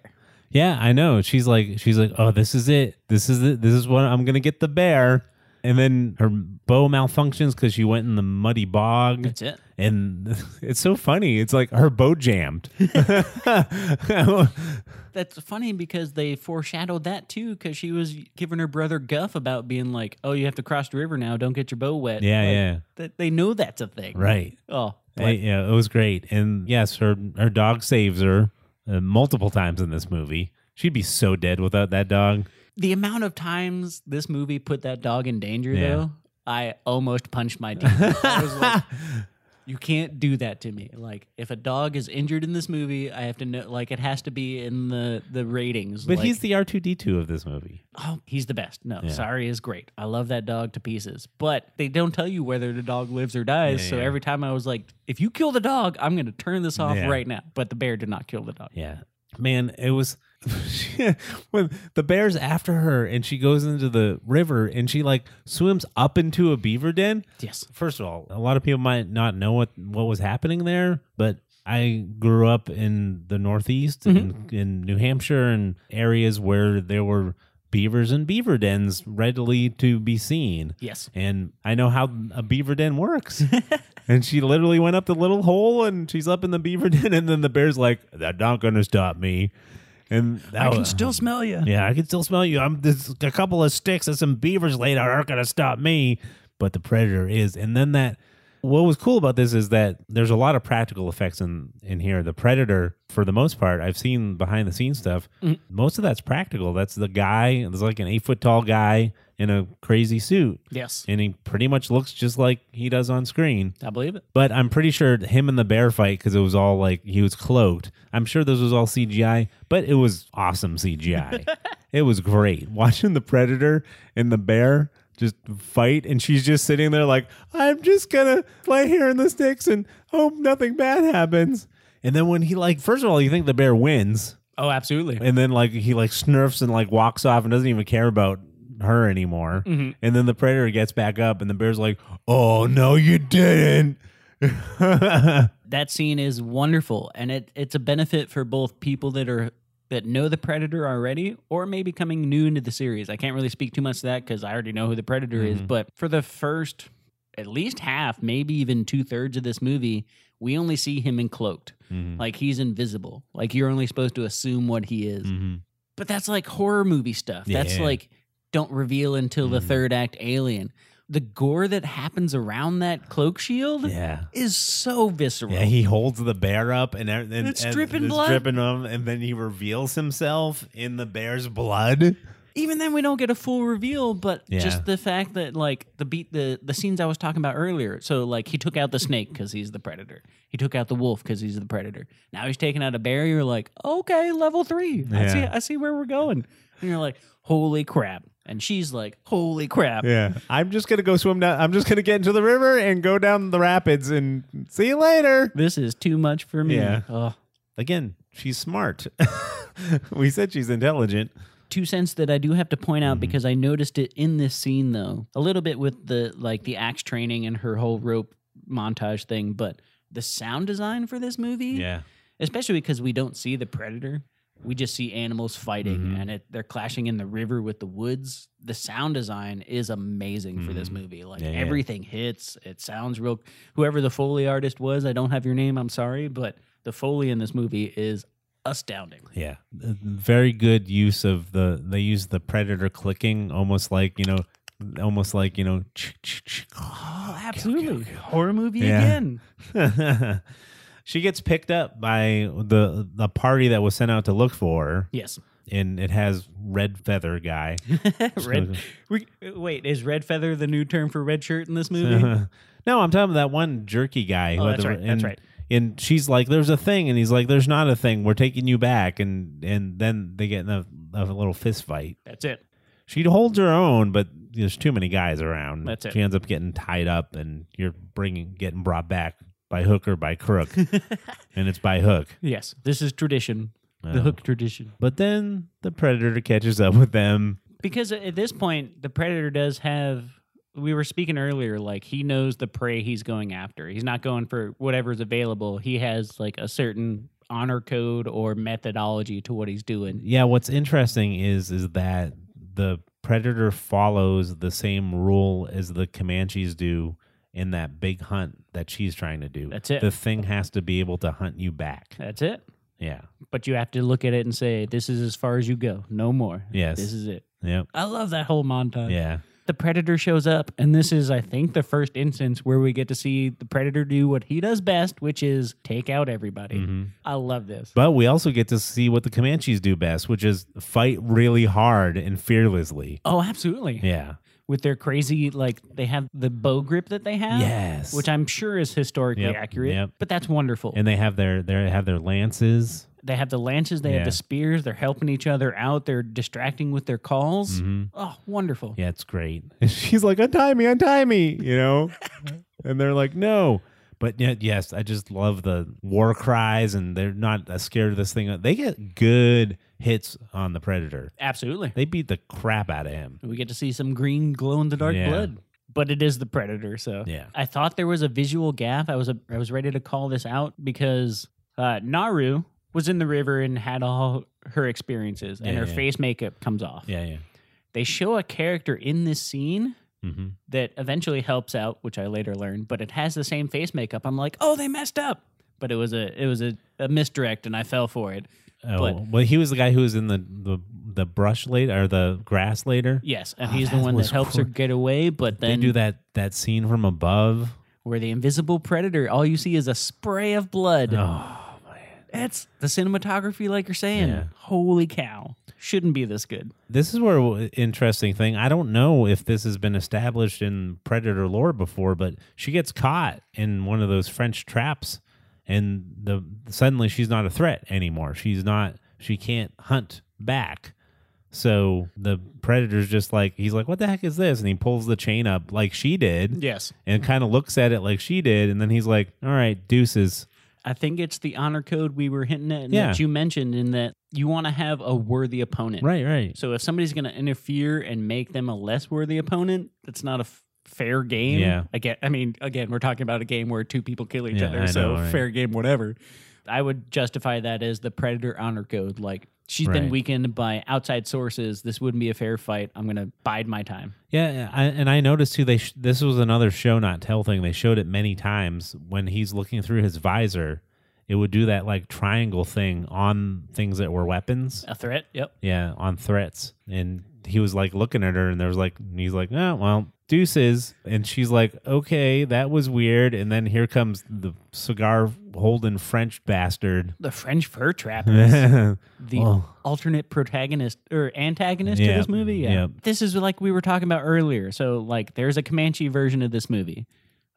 Yeah, I know. She's like, she's like, oh, this is it. This is it. This is what I'm gonna get the bear. And then her bow malfunctions because she went in the muddy bog.
That's it.
And it's so funny. It's like her bow jammed. yeah,
That's funny because they foreshadowed that too, because she was giving her brother guff about being like, "Oh, you have to cross the river now. Don't get your bow wet." Like,
yeah,
That they know that's a thing.
right.
Oh,
Hey, yeah, it was great. And yes, her her dog saves her uh, multiple times in this movie. She'd be so dead without that dog.
the amount of times this movie put that dog in danger
Yeah.
though i almost punched my dog i was like you can't do that to me like if a dog is injured in this movie i have to know like it has to be in the the ratings
But
like,
he's the R two D two of this movie.
oh he's the best no sorry is great i love that dog to pieces but they don't tell you whether the dog lives or dies so
yeah.
every time i was like if you kill the dog i'm gonna turn this off
Yeah.
right now but the bear did not kill the dog
Yeah, man, it was when the bear's after her and she goes into the river and she like swims up into a beaver den.
yes
First of all, a lot of people might not know what what was happening there, but I grew up in the Northeast in, in New Hampshire and areas where there were beavers and beaver dens readily to be seen.
yes
And I know how a beaver den works. and she literally went up the little hole and she's up in the beaver den and then the bear's like, That not gonna stop me. And that
i can
was-
still smell you
Oh, uh-huh. yeah, I can still smell you. I'm this a couple of sticks and some beavers later aren't gonna stop me. But the predator is. And then that what was cool about this is that there's a lot of practical effects in in here. The predator, for the most part, I've seen behind the scenes stuff.
Mm.
Most of that's practical. That's the guy. There's like an eight foot tall guy in a crazy suit,
yes
and he pretty much looks just like he does on screen.
i believe it
But I'm pretty sure him and the bear fight because it was all like he was cloaked. I'm sure this was all CGI, but it was awesome CGI. it was great watching the predator and the bear just fight, and she's just sitting there like, "I'm just gonna lay here in the sticks and hope nothing bad happens." And then when he like, first of all, you think the bear wins,
oh absolutely
and then like he like snurfs and like walks off and doesn't even care about her anymore.
Mm-hmm.
And then the predator gets back up and the bear's like, "Oh no, you didn't."
that scene is wonderful and it, it's a benefit for both people that are that know the predator already or maybe coming new into the series i can't really speak too much to that because i already know who the predator is
Mm-hmm.
but for the first at least half maybe even two-thirds of this movie we only see him in cloaked
Mm.
like he's invisible like you're only supposed to assume what he is but that's like horror movie stuff that's
Mm. Yeah.
like don't reveal until the
Mhm.
third act alien the gore that happens around that cloak shield
Yeah.
is so visceral
Yeah, he holds the bear up and er, and, and
It's dripping
it's
blood.
dripping him, and then he reveals himself in the bear's blood.
even then we don't get a full reveal but
Yeah.
just the fact that like the beat the the scenes i was talking about earlier so like he took out the snake because he's the predator he took out the wolf because he's the predator now he's taking out a bear you're like okay level three i see
Yeah.
i see where we're going and you're like holy crap and she's like holy crap
Yeah, I'm just gonna go swim down. I'm just gonna get into the river and go down the rapids and see you later.
this is too much for me
Yeah.
Ugh.
Again, she's smart. we said she's intelligent.
two cents that I do have to point
Mm-hmm.
out because I noticed it in this scene though a little bit with the like the axe training and her whole rope montage thing, but the sound design for this movie, especially because we don't see the predator, we just see animals fighting
Mhm.
and it, they're clashing in the river with the woods. The sound design is amazing for this
Mhm.
movie. Like
Yeah, yeah.
everything hits, it sounds real. Whoever the foley artist was, I don't have your name, I'm sorry, but the foley in this movie is astounding.
Yeah, very good use of the. They use the predator clicking, almost like you know, almost like you know.
Oh, absolutely. Horror movie
Yeah.
again.
she gets picked up by the the party that was sent out to look for her,
Yes.
and it has red feather guy.
red. We, wait, is red feather the new term for red shirt in this movie?
Uh-huh. no, I'm talking about that one jerky guy.
Oh,
had
that's
the-
right, that's
and
right.
and she's like, "There's a thing," and he's like, "There's not a thing. We're taking you back." And and then they get in a, a little fist fight.
That's it.
She holds her own, but there's too many guys around.
That's it.
She ends up getting tied up, and you're bringing getting brought back by hook or by crook, and it's by hook.
Yes, this is tradition.
Uh,
The hook tradition.
But then the predator catches up with them.
Because at this point, the predator does have. We were speaking earlier, like he knows the prey he's going after. He's not going for whatever's available. He has like a certain honor code or methodology to what he's doing.
Yeah, what's interesting is is that the predator follows the same rule as the Comanches do in that big hunt that she's trying to do.
That's it.
The thing has to be able to hunt you back.
That's it.
Yeah.
But you have to look at it and say, this is as far as you go. No more.
Yes.
This is it.
Yep.
I love that whole montage.
Yeah.
The predator shows up, and this is, I think, the first instance where we get to see the predator do what he does best, which is take out everybody.
Mhm.
I love this.
But we also get to see what the Comanches do best, which is fight really hard and fearlessly.
Oh, absolutely.
Yeah.
With their crazy, like, they have the bow grip that they have.
Yes.
Which I'm sure is historically
Yep,
accurate,
yep.
but that's wonderful.
and they have their they have their lances.
they have the lances, they
Yeah.
have the spears, they're helping each other out, they're distracting with their calls.
Mhm.
Oh, wonderful.
Yeah, it's great. And she's like, untie me, untie me, you know? and they're like, no. But yet, yes, I just love the war cries and they're not uh, scared of this thing. They get good hits on the Predator.
Absolutely.
They beat the crap out of him.
We get to see some green glow in the dark
Yeah.
blood. But it is the predator, so
Yeah.
I thought there was a visual gap. I was I was ready to call this out because uh, Naru was in the river and had all her experiences, and
Yeah,
her
yeah.
face makeup comes off.
Yeah, yeah.
They show a character in this scene
hmm
that eventually helps out, which I later learned, but it has the same face makeup. I'm like, oh, they messed up, but it was a it was a, a misdirect, and I fell for it.
Oh,
But-
well, he was the guy who was in the, the, the brush later or the grass later.
Yes, and
Oh,
he's the
that
one that
was
helps her
cool.
get away, but
They
then
do that, that scene from above.
where the invisible predator, all you see is a spray of blood.
Oh,
That's the cinematography, like you're saying.
Yeah.
Holy cow. Shouldn't be this good.
This is where w- interesting thing. I don't know if this has been established in predator lore before, but she gets caught in one of those French traps, and the suddenly she's not a threat anymore. She's not. She can't hunt back. So the predator's just like he's like, "What the heck is this?" And he pulls the chain up like she did,
Yes.
and kind of looks at it like she did, and then he's like, "All right, deuces."
I think it's the honor code we were hinting at and
Yeah.
that you mentioned in that you want to have a worthy opponent.
Right, right.
So if somebody's going to interfere and make them a less worthy opponent, that's not a f- fair game.
Yeah.
Again, I mean, again, we're talking about a game where two people kill each
Yeah,
other,
I
so
know, right.
fair game, whatever. I would justify that as the predator honor code. Like she's been
Right.
weakened by outside sources. This wouldn't be a fair fight. I'm going to bide my time.
Yeah, I, and I noticed too. They sh- this was another show not tell thing. They showed it many times when he's looking through his visor. It would do that like triangle thing on things that were weapons.
A threat. Yep.
Yeah, on threats. And he was like looking at her, and there was like and he's like, oh well, deuces. And she's like, okay, that was weird. And then here comes the cigar holding French bastard.
the French fur trap is
yeah,
the
Oh.
alternate protagonist or antagonist
Yeah.
to this movie. Yeah.
Yeah.
This is like we were talking about earlier. So like there's a Comanche version of this movie.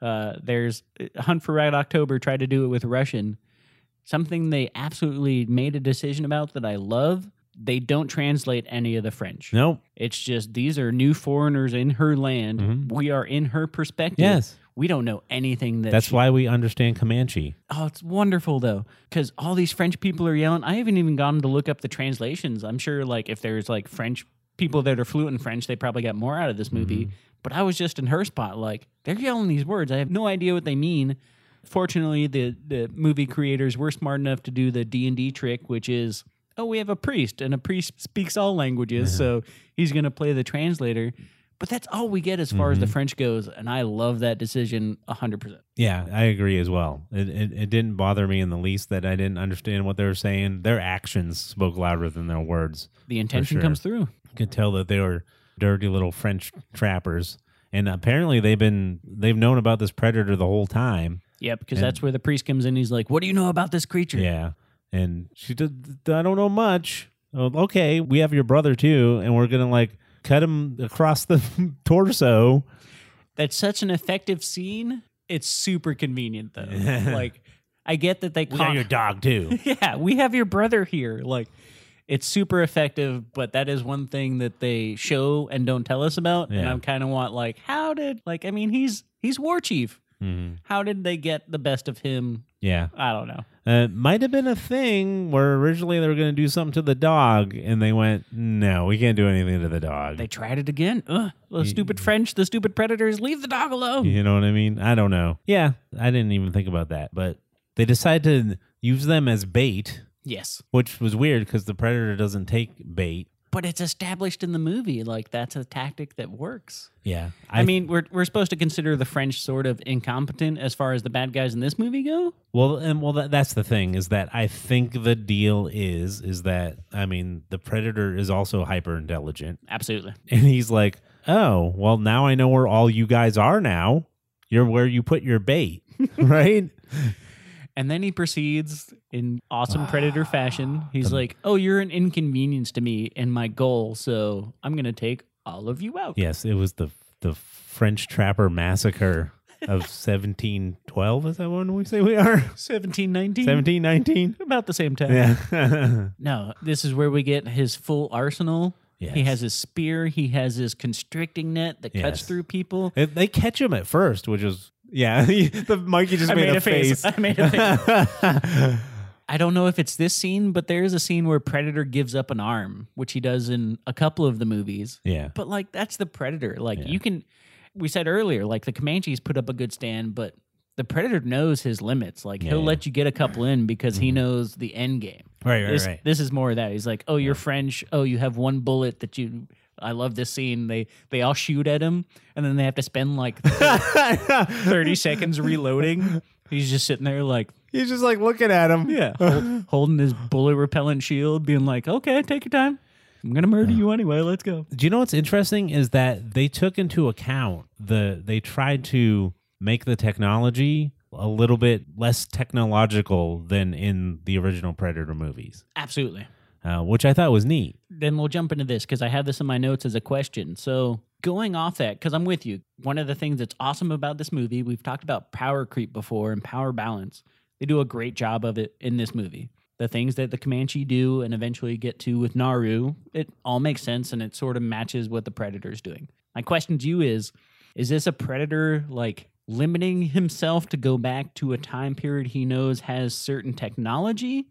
Uh, there's Hunt for Red October tried to do it with Russian. Something they absolutely made a decision about that I love. They don't translate any of the French.
nope.
It's just these are new foreigners in her land.
Mhm.
We are in her perspective.
Yes,
We don't know anything that
that's
she
why we understand Comanche.
Oh, it's wonderful though, because all these French people are yelling. I haven't even gotten to look up the translations. I'm sure, like, if there's like French people that are fluent in French, they probably got more out of this movie. But I was just in her spot, like, they're yelling these words. I have no idea what they mean. Fortunately, the the movie creators were smart enough to do the D and D trick, which is, oh, we have a priest, and a priest speaks all languages, so he's gonna play the translator. But that's all we get as far as the French goes, and I love that decision hundred percent.
Yeah, I agree as well. It, it it didn't bother me in the least that I didn't understand what they were saying. Their actions spoke louder than their words.
The intention
sure.
comes through.
You could tell that they were dirty little French trappers, and apparently they've been they've known about this predator the whole time.
Yeah, because
And-
that's where the priest comes in. He's like, "What do you know about this creature?"
Yeah, and she did. I don't know much. Oh, okay, we have your brother too, and we're gonna like cut him across the torso.
That's such an effective scene. It's super convenient though. like I get that they
We
con-
got your dog too.
yeah, we have your brother here. Like, it's super effective, but that is one thing that they show and don't tell us about. And
Yeah.
I'm kind of want like, how did like? I mean, he's he's war chief.
Mhm.
How did they get the best of him?
Yeah.
I don't know.
Uh, might have been a thing where originally they were going to do something to the dog, and they went, "No, we can't do anything to the dog."
They tried it again. Ugh, the stupid French, the stupid predators. Leave the dog alone.
You know what I mean? I don't know. Yeah, I didn't even think about that, but they decided to use them as bait,
Yes,
which was weird because the predator doesn't take bait.
but it's established in the movie. Like that's a tactic that works.
Yeah,
I mean, we're we're supposed to consider the French sort of incompetent as far as the bad guys in this movie go.
Well, and well, that, that's the thing is that I think the deal is is that I mean the predator is also hyper intelligent,
Absolutely.
and he's like, oh, well, now I know where all you guys are. Now you're where you put your bait, right?
And then he proceeds in awesome predator fashion. He's like, "Oh, you're an inconvenience to me and my goal, so I'm gonna take all of you out."
Yes, it was the the French Trapper massacre of seventeen twelve. Is that when we say we are
Seventeen, nineteen,
seventeen nineteen?
about the same time.
Yeah,
No, this is where we get his full arsenal. He
Yes.
has his spear. He has his constricting net that cuts
Yes.
through people.
It- they catch him at first, which is yeah. the monkey just
I
made,
made
a,
a face. I made a I don't know if it's this scene, but there is a scene where Predator gives up an arm, which he does in a couple of the movies.
yeah.
But like that's the predator. Like
Yeah.
you can we said earlier, like the Comanches put up a good stand, but the predator knows his limits. Like he'll
Yeah. Mm-hmm.
let you get a couple in because he knows the end game.
Right, right,
this,
right.
this is more of that. He's like, "Oh, you're French. Oh, you have one bullet that you." I love this scene. They they all shoot at him, and then they have to spend like thirty seconds reloading. He's just sitting there like
He's just like looking at him. Yeah.
hold, holding his bullet repellent shield, being like, "Okay, take your time. I'm gonna murder you anyway. Let's go."
Do you know what's interesting is that they took into account the they tried to make the technology a little bit less technological than in the original Predator movies,
Absolutely.
uh, which I thought was neat.
then we'll jump into this because I have this in my notes as a question. So going off that, because I'm with you, one of the things that's awesome about this movie, we've talked about power creep before and power balance. They do a great job of it in this movie. The things that the Comanche do and eventually get to with Naru, it all makes sense and it sort of matches what the Predator's doing. My question to you is is this a Predator like limiting himself to go back to a time period he knows has certain technology?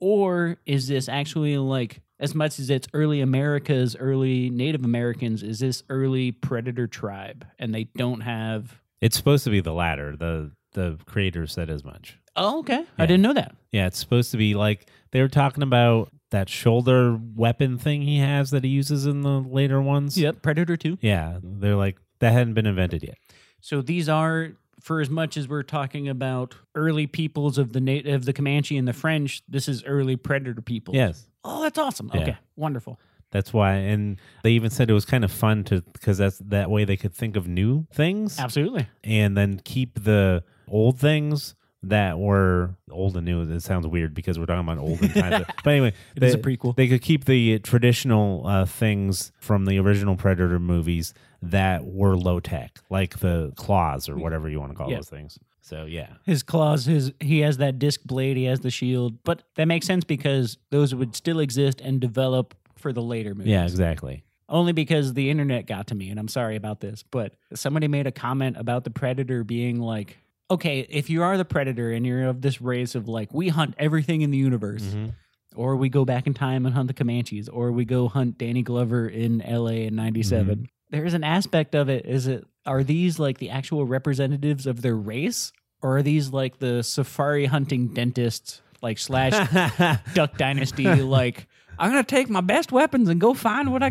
or is this actually like as much as it's early Americas, early Native Americans, is this early predator tribe and they don't have
It's supposed to be the latter. The the creator said as much.
Oh, okay. I
Yeah.
didn't know that.
Yeah, it's supposed to be like they were talking about that shoulder weapon thing he has that he uses in the later ones.
Yep, Predator 2.
Yeah, they're like that hadn't been invented yet.
So these are for as much as we're talking about early peoples of the native of the Comanche and the French, this is early predator people.
Yes.
Oh, that's awesome.
Yeah.
Okay. Wonderful.
That's why, and they even said it was kind of fun to because that's that way they could think of new things
Absolutely.
and then keep the old things that were old and new. It sounds weird because we're talking about old and time, but- but anyway,
It is
they-
a prequel.
They could keep the traditional uh, things from the original Predator movies that were low tech, like the claws or whatever you want to call
Mm. Yeah.
those things. So yeah,
His claws, his he has that disc blade, he has the shield, but that makes sense because those would still exist and develop for the later movies.
yeah, exactly.
Only because the internet got to me, and I'm sorry about this, but somebody made a comment about the predator being like, okay, if you are the predator and you're of this race of like, we hunt everything in the universe,
Mhm.
or we go back in time and hunt the Comanches, or we go hunt Danny Glover in LA in 97. There is an aspect of it. Is it, are these like the actual representatives of their race, or are these like the safari hunting dentists, like slash
Mm-hmm.
Duck Dynasty, like, I'm going to take my best weapons and go find what I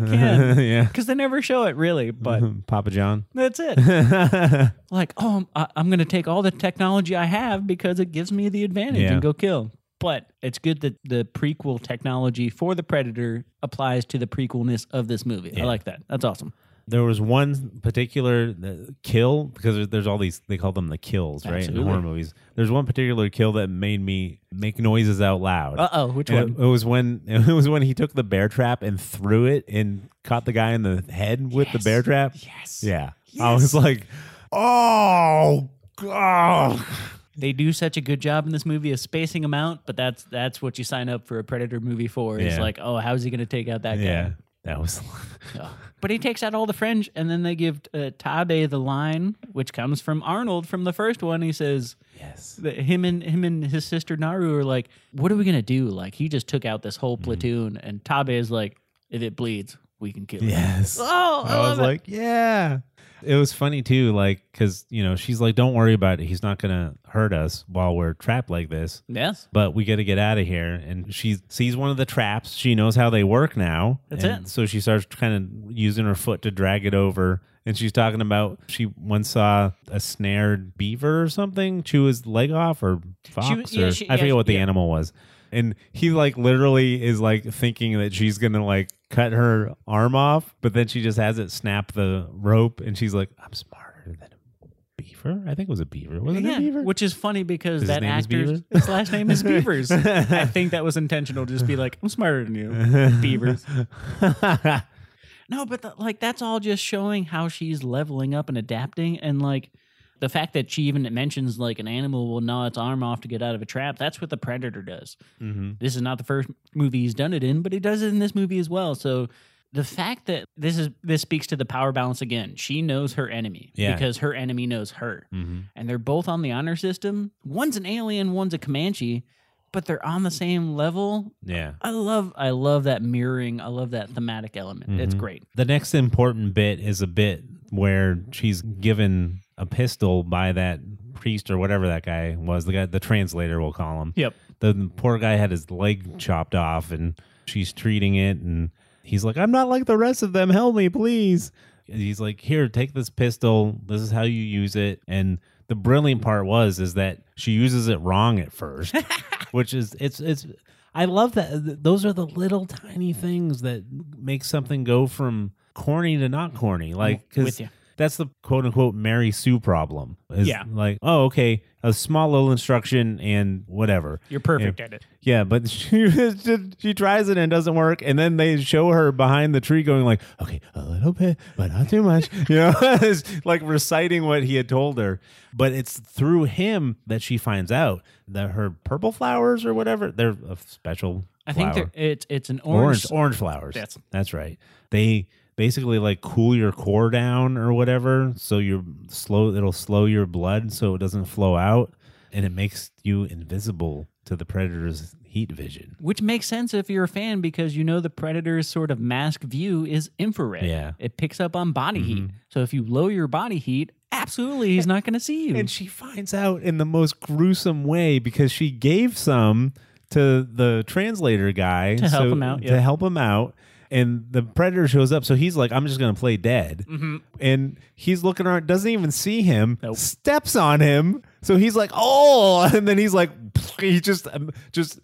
can
yeah,
because they never show it really but
Papa John.
that's it like oh I'm- I- i'm going to take all the technology i have because it gives me the advantage
Yeah.
and go kill but it's good that the prequel technology for the predator applies to the prequelness of this movie i
Yeah.
like that that's awesome
there was one particular uh, kill because there- there's all these they call them the kills right
Absolutely.
in horror movies there's one particular kill that made me make noises out loud
uh-oh which
And
one
it, it was when it was when he took the bear trap and threw it and caught the guy in the head with the bear trap
yes
yeah i was like oh god
they do such a good job in this movie of spacing them out, but that's that's what you sign up for a Predator movie for. Is
Yeah.
like, oh, how's he going to take out that
Yeah,
guy?
that was.
Yeah. But he takes out all the fringe, and then they give uh, Tabe the line, which comes from Arnold from the first one. He says,
yes.
that him and him and his sister Naru are like, "What are we gonna do?" Like he just took out this whole platoon, and Tabe is like, "If it bleeds, we can kill it."
Yes.
Oh, I,
I, was
love it.
like, yeah. It was funny too, like because you know she's like, "Don't worry about it. He's not gonna hurt us while we're trapped like this."
yes,
But we got to get out of here. And she sees one of the traps. She knows how they work now.
That's
and
it.
So she starts kind of using her foot to drag it over. And she's talking about she once saw a snared beaver or something chew his leg off or fox
was- yeah,
or
she-
I
yeah,
forget what the
yeah.
animal was. And he like literally is like thinking that she's gonna like cut her arm off, but then she just has it snap the rope, and she's like, "I'm smarter than a beaver." I think it was a beaver. Wasn't it
yeah.
a beaver?
Which is funny because
Is his
that
name is
actor's
Beaver?
his last name is Beavers. I think that was intentional. to Just be like, "I'm smarter than you." Beavers. No, but the, like that's all just showing how she's leveling up and adapting, and like the fact that she even mentions like an animal will gnaw its arm off to get out of a trap. That's what the predator does.
mm-hmm.
this is not the first movie he's done it in, but he does it in this movie as well. So the fact that this is this speaks to the power balance again. She knows her enemy
Yeah.
because her enemy knows her.
Mm-hmm.
And they're both on the honor system. One's an alien, one's a Comanche, but they're on the same level.
Yeah.
I love I love that mirroring. I love that thematic element. It's
Mhm.
great.
The next important bit is a bit where she's given a pistol by that priest or whatever that guy was, the guy, the translator, we'll call him.
Yep.
The poor guy had his leg chopped off and she's treating it. And he's like, I'm not like the rest of them. Help me, please. And he's like, Here, take this pistol. This is how you use it. And the brilliant part was, is that she uses it wrong at first, which is, it's, it's, I love that. Th- Those are the little tiny things that make something go from corny to not corny. Like,
with
'cause
you.
that's the quote unquote Mary Sue problem. Is
Yeah.
Like, oh, okay, a small little instruction and whatever.
You're
perfect
at it.
Yeah, but she was just- she tries it and it doesn't work, and then they show her behind the tree going like, "Okay, a little bit, but not too much," you know, it's like reciting what he had told her. But it's through him that she finds out that her purple flowers or whatever they're a special.
I
flower.
think there- it's it's an
orange
orange.
orange flowers.
That's-
that's right. They basically like cool your core down or whatever, so you're slow. It'll slow your blood so it doesn't flow out, and it makes you invisible to the predator's heat vision.
Which makes sense if you're a fan because you know the Predator's sort of mask view is infrared.
Yeah. Mm-hmm.
It picks up on body heat. So if you lower your body heat, absolutely he's not going to see you.
And she finds out in the most gruesome way because she gave some to the translator guy
To help him out,
To
yeah.
help him out. And the predator shows up, so he's like, "I'm just gonna play dead," and he's looking around, doesn't even see him,
Mm-hmm. Nope.
steps on him, so he's like, "Oh!" And then he's like, he just, um, just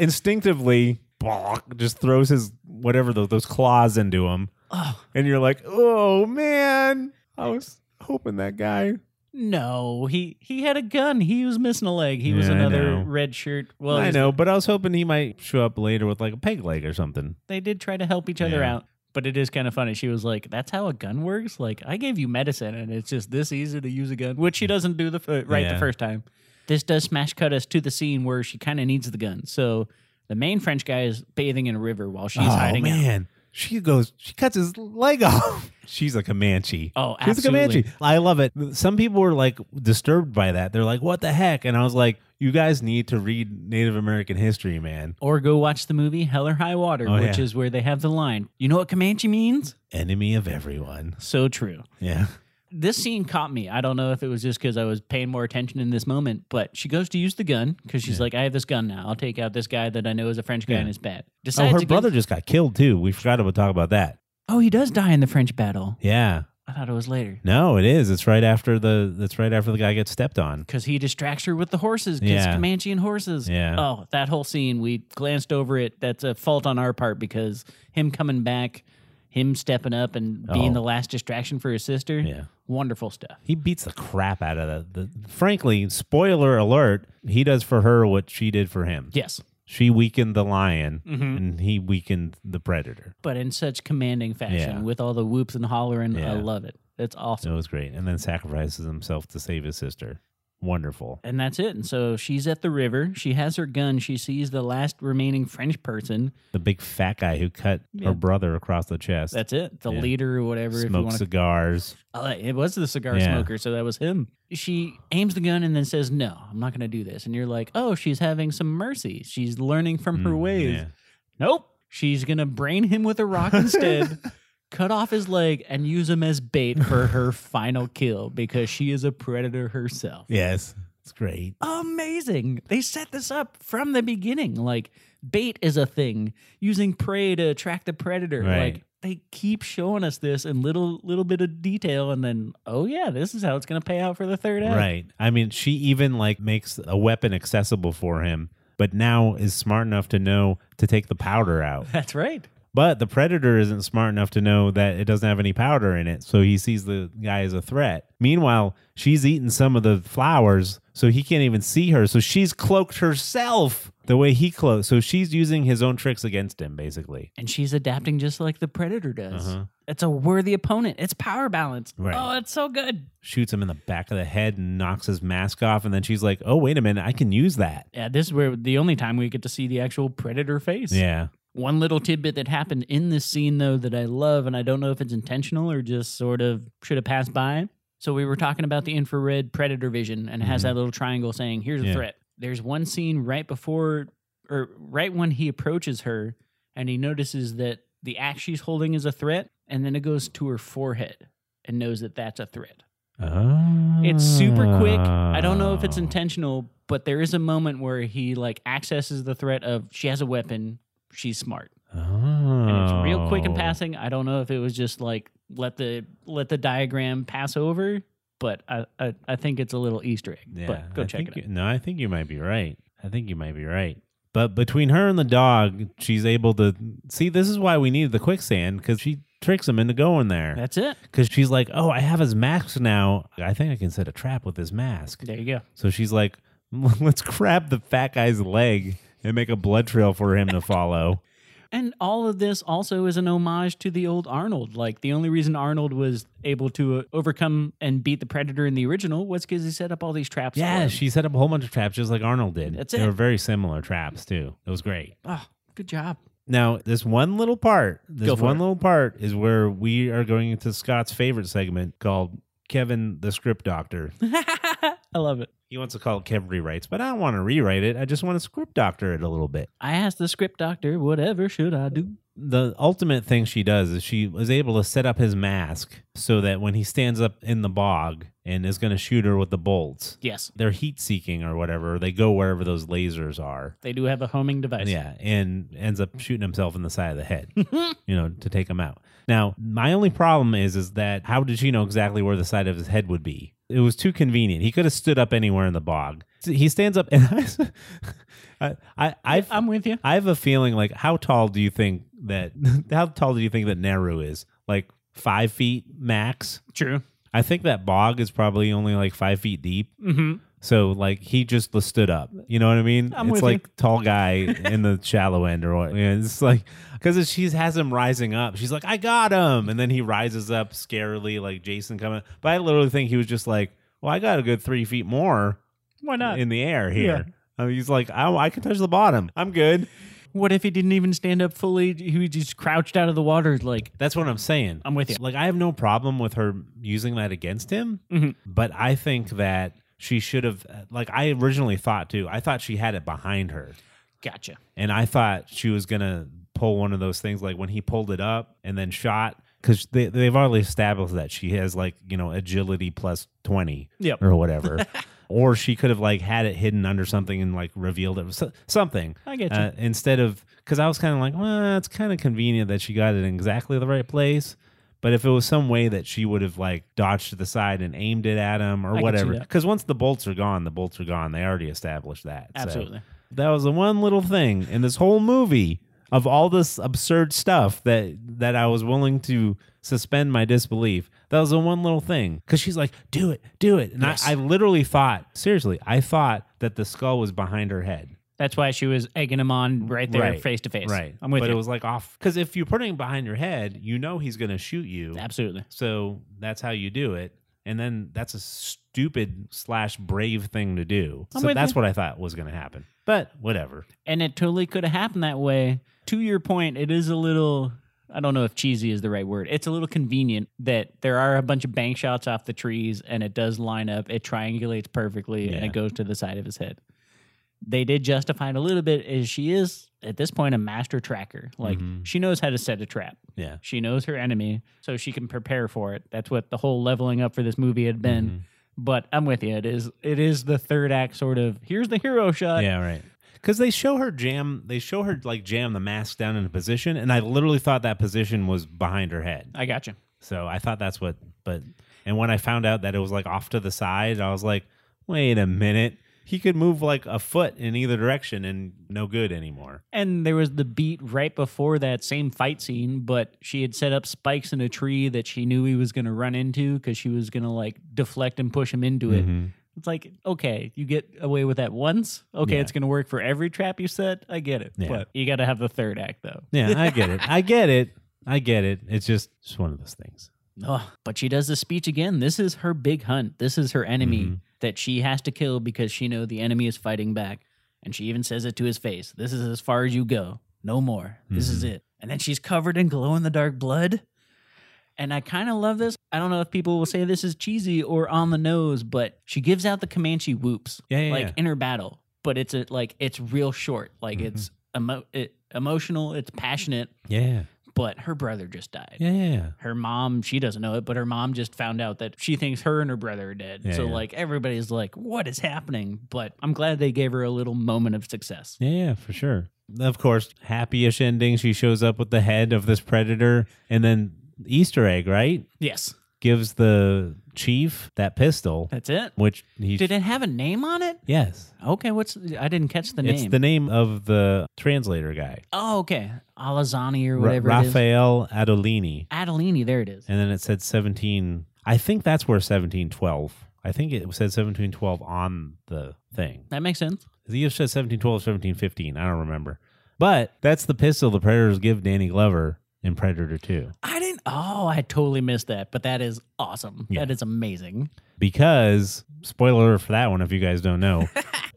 instinctively, bonk, just throws his whatever those, those claws into him, and you're like, "Oh man, I was hoping that guy
no, he he had a gun. He was missing a leg. He was
Yeah, I
another
know.
red shirt. Well,
I
he's-
know, but I was hoping he might show up later with like a peg leg or something.
they did try to help each other
Yeah.
out. But it is kind of funny. She was like, "That's how a gun works. Like, I gave you medicine, and it's just this easy to use a gun." Which she doesn't do the f- uh, right
Yeah.
the first time. This does smash cut us to the scene where she kind of needs the gun. So the main French guy is bathing in a river while
Oh,
she's hiding out.
she goes, she cuts his leg off. She's a Comanche.
Oh,
She's a
absolutely.
Comanche. I love it. Some people were like disturbed by that. They're like, "What the heck?" And I was like, "You guys need to read Native American history, man.
Or go watch the movie Hell or High Water,
Oh,
which
yeah.
is where they have the line. You know what Comanche means?
Enemy of everyone."
So true.
Yeah.
This scene caught me. I don't know if it was just because I was paying more attention in this moment, but she goes to use the gun because she's like, I have this gun now. I'll take out this guy that I know is a French guy
Yeah.
and is bad.
Oh,
Decides
her
against-
brother just got killed too. We forgot to talk about that.
Oh, he does die in the French battle.
Yeah.
I thought it was later
No, it is. It's right after the. That's right after the guy gets stepped on.
because he distracts her with the horses because
Yeah.
Comanche and horses.
Yeah.
Oh, that whole scene, we glanced over it. That's a fault on our part because him coming back, him stepping up and being
Oh.
the last distraction for his sister.
Yeah.
Wonderful stuff.
He beats the crap out of the, the. Frankly, spoiler alert, he does for her what she did for him.
Yes.
She weakened the lion
Mm-hmm.
and he weakened the predator.
But in such commanding fashion
Yeah.
with all the whoops and hollering.
Yeah.
I love it. That's
So
awesome.
it was great. And then sacrifices himself to save his sister. wonderful.
and that's it. And so she's at the river. She has her gun. She sees the last remaining French person.
The big fat guy who cut
Yeah.
her brother across the chest,
That's it. The
Yeah.
leader or whatever. if you
smoked
want to.
cigars.
Oh, it was the cigar
Yeah.
smoker, so that was him. She aims the gun and then says, "No, I'm not going to do this." And you're like, "Oh, she's having some mercy. She's learning from her
Mm,
ways."
yeah.
Nope. She's going to brain him with a rock instead. Cut off his leg and use him as bait for her final kill because she is a predator herself.
Yes, it's great.
amazing. They set this up from the beginning. Like bait is a thing, using prey to attract the predator.
Right.
Like they keep showing us this in little little bit of detail, and then oh yeah, this is how it's gonna pay out for the third act.
Right. I mean, she even like makes a weapon accessible for him, but now is smart enough to know to take the powder out.
That's right.
But the predator isn't smart enough to know that it doesn't have any powder in it, so he sees the guy as a threat. Meanwhile, she's eaten some of the flowers, so he can't even see her. So she's cloaked herself the way he cloaked. So she's using his own tricks against him, basically.
And she's adapting just like the predator does.
Uh-huh.
It's a worthy opponent. It's power balance.
Right.
Oh, it's so good.
Shoots him in the back of the head and knocks his mask off, and then she's like, "Oh, wait a minute, I can use that."
Yeah, this is where the only time we get to see the actual predator face.
Yeah,
One little tidbit that happened in this scene, though, that I love, and I don't know if it's intentional or just sort of should have passed by. So we were talking about the infrared predator vision, and it has
Mhm.
that little triangle saying, "Here's a
Yeah.
threat." There's one scene right before, or right when he approaches her, and he notices that the axe she's holding is a threat, and then it goes to her forehead, and knows that that's a threat. It's super quick. I don't know if it's
intentional.
intentional, but there is a moment where he like accesses the threat of she has a weapon, she's smart.
Oh.
and it's real quick in passing. I don't know if it was just like let the let the diagram pass over, but I I, I think it's a little Easter egg. but go
I
check
think
it. out.
you- no, I think you might be right. I think you might be right. But between her and the dog, she's able to see. This is why we needed the quicksand because she tricks him into going there.
That's it.
Because she's like, "Oh, I have his mask now. I think I can set a trap with his mask."
There you go.
So she's like, "Let's grab the fat guy's leg and make a blood trail for him to follow."
And all of this also is an homage to the old Arnold. Like the only reason Arnold was able to uh, overcome and beat the predator in the original was because he set up all these traps. for
yeah,
him.
she set up a whole bunch of traps just like Arnold did.
That's
They
it.
were very similar traps too. It was great.
Oh, good job.
Now, this one little part, this
Go for
one
it.
little part is where we are going into Scott's favorite segment called Kevin the Script Doctor.
I love it.
He wants to call it Kevin Rewrites, but I don't want to rewrite it. I just want to script doctor it a little bit.
I asked the script doctor, "Whatever should I do?"
The ultimate thing she does is she is able to set up his mask so that when he stands up in the bog and is going to shoot her with the bolts,
Yes,
they're heat seeking or whatever. They go wherever those lasers are.
they do have a homing device.
Yeah, and ends up shooting himself in the side of the head, you know, to take him out. Now, my only problem is is that how did she know exactly where the side of his head would be? It was too convenient. He could have stood up anywhere in the bog. He stands up, and I, I, I've,
I'm with you.
I have a feeling like how tall do you think that? How tall do you think that Nehru is? Like five feet max.
True.
I think that bog is probably only like five feet deep.
Mm-hmm.
So like he just stood up. You know what I mean?
I'm
it's
with
like tall guy in the shallow end or what. And it's like because she has him rising up. She's like, I got him, and then he rises up scarily like Jason coming. But I literally think he was just like, well, I got a good three feet more
Why
in the air here. I mean, he's like, I, I can touch the bottom. I'm good.
What if he didn't even stand up fully? He just crouched out of the water, like
That's what I'm saying.
I'm with you.
Like I have no problem with her using that against him,
Mhm.
but I think that she should have. Like I originally thought too. I thought she had it behind her.
gotcha.
and I thought she was gonna pull one of those things like when he pulled it up and then shot because they they've already established that she has like you know agility plus twenty
Yep.
or whatever, or she could have like had it hidden under something and like revealed it so- something
I get you.
uh, instead of because I was kind of like well it's kind of convenient that she got it in exactly the right place. But if it was some way that she would have like dodged to the side and aimed it at him or
I can see
whatever,
that.
because once the bolts are gone, the bolts are gone. They already established that. so-
Absolutely.
that was the one little thing in this whole movie of all this absurd stuff that that I was willing to suspend my disbelief. That was the one little thing because she's like, "Do it, do it," and
Yes.
I, I literally thought, seriously, I thought that the skull was behind her head.
That's why she was egging him on right there,
Right.
face to face.
Right,
I'm with
but
you.
it was like off because if you're putting it behind your head, you know he's gonna shoot you.
Absolutely.
So that's how you do it, and then that's a s- stupid slash brave thing to do.
I'm
so
with
that's
you.
what I thought was going to happen. But whatever.
and it totally could have happened that way. To your point, it is a little. I don't know if cheesy is the right word. It's a little convenient that there are a bunch of bank shots off the trees and it does line up. It triangulates perfectly and
Yeah.
it goes to the side of his head. They did justify it a little bit as she is at this point a master tracker. Like
Mhm.
she knows how to set a trap.
Yeah.
She knows her enemy, so she can prepare for it. That's what the whole leveling up for this movie had been.
Mm-hmm.
But I'm with you. It is it is the third act sort of here's the hero shot.
yeah, right. Because they show her jam, they show her like jam the mask down in a position, and I literally thought that position was behind her head.
I got you.
So I thought that's what. But and when I found out that it was like off to the side, I was like, wait a minute. He could move like a foot in either direction and no good anymore.
And there was the beat right before that same fight scene, but she had set up spikes in a tree that she knew he was going to run into because she was going to like deflect and push him into
Mm-hmm.
it. It's like, okay, you get away with that once. Okay,
Yeah.
it's going to work for every trap you set. I get it.
Yeah.
But you got to have the third act, though.
Yeah, I get it. I get it. I get it. It's just just one of those things.
Ugh. But she does the speech again. This is her big hunt. This is her enemy
Mhm.
that she has to kill because she know the enemy is fighting back. And she even says it to his face. This is as far as you go. No more. This is
Mm-hmm.
it. And then she's covered in glow in the dark blood. And I kind of love this. I don't know if people will say this is cheesy or on the nose, but she gives out the Comanche whoops
Yeah, yeah.
like
yeah.
inner battle, but it's a, like it's real short. Like
Mhm.
it's emo- it, emotional, it's passionate,
yeah,
but her brother just died
yeah, yeah.
her mom she doesn't know it but her mom just found out that she thinks her and her brother are dead
Yeah,
so
yeah.
like everybody's like what is happening but i'm glad they gave her a little moment of success
Yeah, yeah, for sure. Of course, happy-ish ending. She shows up with the head of this predator, and then Easter egg, right?
yes
Gives the chief that pistol,
that's it
which he
Uh, did it have a name on it
yes,
okay what's i didn't catch the
it's
name
the name of the translator guy,
oh okay alazani or
Ra-
whatever it is
Raphael Adolini,
adelini there it is
and then it said seventeen. I think that's where seventeen twelve. I think it said seventeen twelve on the thing.
that makes sense
The either says 1712 or 1715. I don't remember. But that's the pistol the Predators give Danny Glover in Predator 2
i didn't oh i totally missed that but that is awesome
Yeah.
that is amazing
because, spoiler alert for that one if you guys don't know,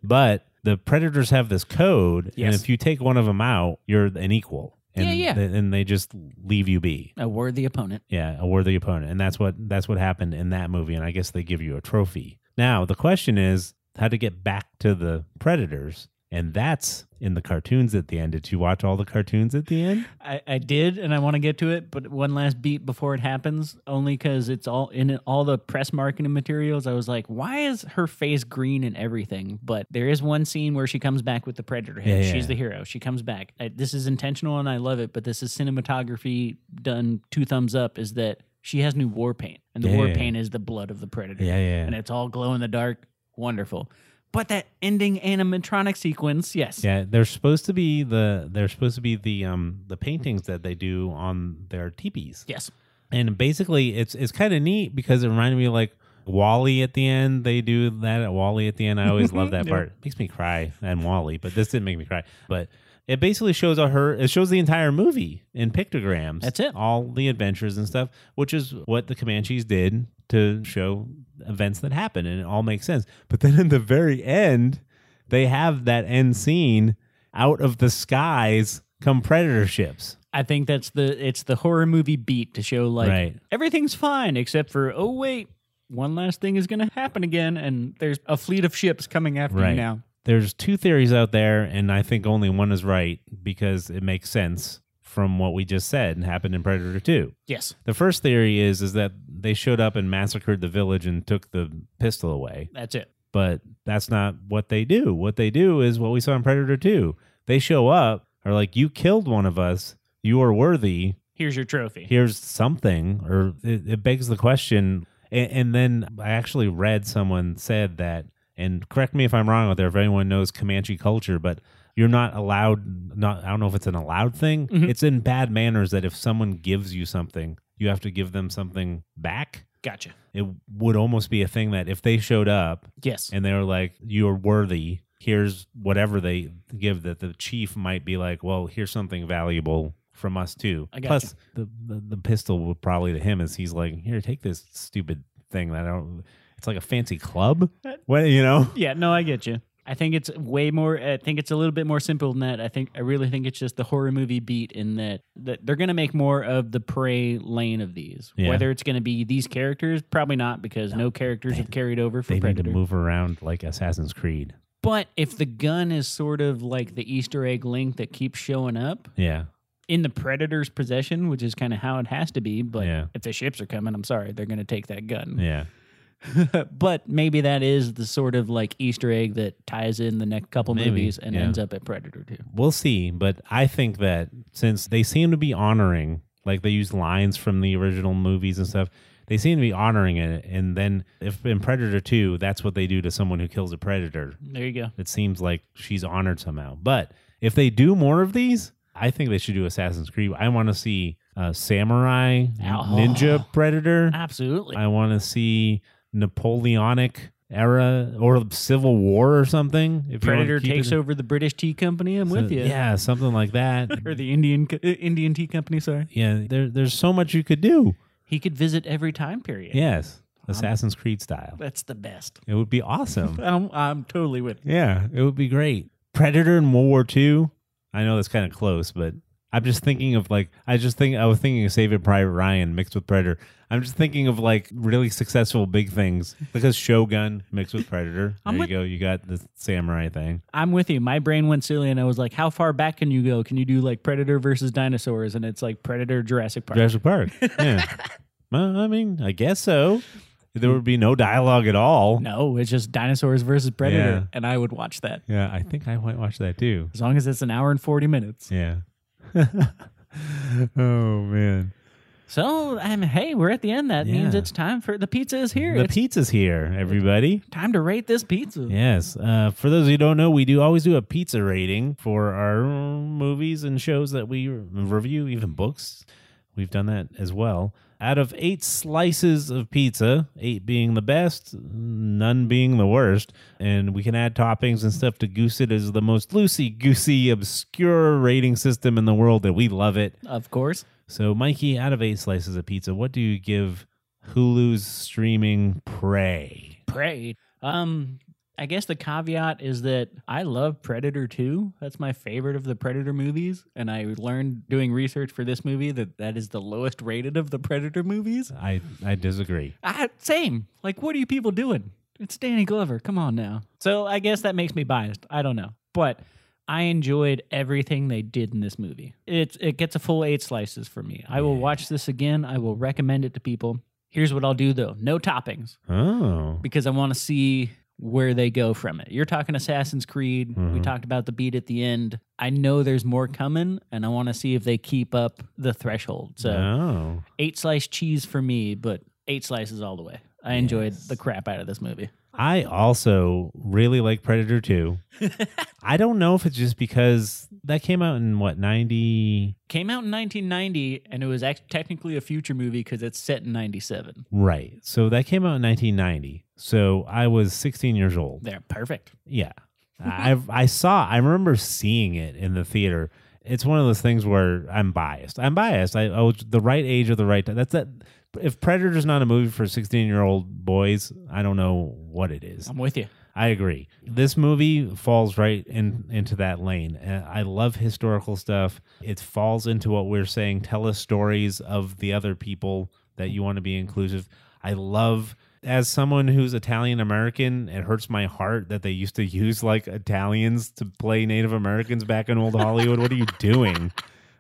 but the Predators have this code. And
Yes.
if you take one of them out, you're an equal. And
Yeah, yeah.
th- and they just leave you be.
a worthy opponent
Yeah, a worthy opponent. And that's what that's what happened in that movie. And I guess they give you a trophy. Now the question is how to get back to the predators. And that's in the cartoons at the end. Did you watch all the cartoons at the end?
I, I did, and I want to get to it, but one last beat before it happens, only because it's all in it- all the press marketing materials. I was like, why is her face green and everything? But there is one scene where she comes back with the predator head.
Yeah, yeah.
She's the hero. She comes back. I, this is intentional, and I love it. But this is cinematography done two thumbs up. Is that she has new war paint, and the
Yeah,
war
yeah, yeah.
paint is the blood of the predator,
Yeah, yeah.
and it's all glow in the dark. Wonderful. But that ending animatronic sequence, yes,
Yeah, they're supposed to be the they're supposed to be the um the paintings that they do on their teepees.
yes,
And basically it's it's kind of neat because it reminded me like Wally at the end. They do that at Wally at the end. I always love that
Yeah.
part. Makes me cry and Wally, but this didn't make me cry. But it basically shows a her it shows the entire movie in pictograms.
That's it.
All the adventures and stuff, which is what the Comanches did to show events that happen and it all makes sense. But then in the very end, they have that end scene out of the skies come predator ships.
I think that's the it's the horror movie beat to show like
Right.
everything's fine except for oh wait one last thing is going to happen again and there's a fleet of ships coming after
Right.
you now.
there's two theories out there, and I think only one is right because it makes sense from what we just said and happened in Predator 2.
Yes,
The first theory is is that they showed up and massacred the village and took the pistol away,
that's it.
but that's not what they do. What they do is what we saw in Predator 2. They show up, are like, "You killed one of us. You are worthy
Here's your trophy.
here's something or it, it begs the question and, and then i actually read someone said that and correct me if i'm wrong out there if anyone knows comanche culture but you're not allowed not i don't know if it's an allowed thing
Mhm.
it's in bad manners that if someone gives you something you have to give them something back
Gotcha.
it would almost be a thing that if they showed up
Yes.
and they were like you're worthy here's whatever they give that the chief might be like well here's something valuable from us too
I got
plus the, the the pistol would probably to him is he's like here take this stupid thing that i don't It's like a fancy club. What you know?
Yeah, no, I get you. I think it's way more. I think it's a little bit more simple than that. I think I really think it's just the horror movie beat in that that they're gonna make more of the prey lane of these.
Yeah.
Whether it's gonna be these characters, probably not because no, characters have carried over for
They need
Predator.
to move around like Assassin's Creed.
But if the gun is sort of like the Easter egg link that keeps showing up
Yeah.
in the Predator's possession, which is kind of how it has to be. But
Yeah.
if the ships are coming, I'm sorry, they're gonna take that gun.
Yeah.
but maybe that is the sort of like Easter egg that ties in the next couple
Maybe,
movies and
yeah.
ends up at Predator 2.
We'll see, but I think that since they seem to be honoring, like they use lines from the original movies and stuff, they seem to be honoring it. And then if in Predator 2, that's what they do to someone who kills a predator.
There you go.
It seems like she's honored somehow. But if they do more of these, I think they should do Assassin's Creed. I want to see uh, Samurai,
Ow.
Ninja Predator.
Absolutely.
I want to see Napoleonic era or Civil War or something. If you wanna
Predator
keep
takes
it-
over the British Tea Company. I'm with
so-
you.
Yeah, something like that.
Or the Indian co- uh, Indian Tea Company, sorry.
yeah, there, there's so much you could do.
He could visit every time period.
Yes, Assassin's Creed style.
That's the best.
It would be awesome.
I'm, I'm totally with you.
yeah, it would be great. Predator in World War II. I know that's kind of close, but I'm just thinking of like I just think I was thinking of Saving Private Ryan mixed with Predator. I'm just thinking of like really successful big things because Shogun mixed with Predator. There
I'm
you
with-
go. You got the samurai thing.
I'm with you. My brain went silly and I was like, how far back can you go? Can you do like Predator versus dinosaurs? And it's like Predator Jurassic Park.
Jurassic Park. Yeah. well, I mean, I guess so. There would be no dialogue at all.
no, it's just dinosaurs versus Predator.
Yeah.
And I would watch that
Yeah, I think I might watch that too.
as long as it's an hour and 40 minutes.
Yeah. oh man.
So, I mean, hey, we're at the end. That means
Yeah.
it's time for the pizza is here.
The
it's
pizza's here, everybody.
time to rate this pizza.
Yes. Uh, for those who don't know, we do always do a pizza rating for our movies and shows that we review, even books. We've done that as well. Out of eight slices of pizza, eight being the best, none being the worst, and we can add toppings and stuff to goose it as the most loosey goosey, obscure rating system in the world that we love it.
Of course.
So, Mikey, out of eight slices of pizza, what do you give Hulu's streaming prey?
Prey. Um, I guess the caveat is that I love Predator 2. That's my favorite of the Predator movies. And I learned doing research for this movie that that is the lowest rated of the Predator movies.
I, I disagree.
I, same. Like, what are you people doing? It's Danny Glover. Come on now. So I guess that makes me biased. I don't know. But I enjoyed everything they did in this movie. It's it gets a full eight slices for me. I will watch this again. I will recommend it to people. Here's what I'll do though. No toppings
Oh.
because I want to see where they go from it. You're talking Assassin's Creed. We
Mhm.
talked about the beat at the end. I know there's more coming, and I want to see if they keep up the threshold. So
Oh.
eight slice cheese for me, but eight slices all the way. I enjoyed
Yes.
the crap out of this movie.
I also really like Predator 2. I don't know if it's just because that came out in what, 90?
Came out in 1990, and it was act- technically a future movie because it's set in 97.
Right. So that came out in 1990. So I was 16 years old.
There, perfect.
Yeah. I I saw I remember seeing it in the theater. It's one of those things where I'm biased. I'm biased. I, I was the right age of the right time. That's that if Predator's not a movie for 16-year-old boys, I don't know what it is.
I'm with you.
I agree. This movie falls right in into that lane. Uh, I love historical stuff. It falls into what we're saying. Tell us stories of the other people that you want to be inclusive. I love as someone who's Italian American, it hurts my heart that they used to use like Italians to play Native Americans back in old Hollywood. what are you doing?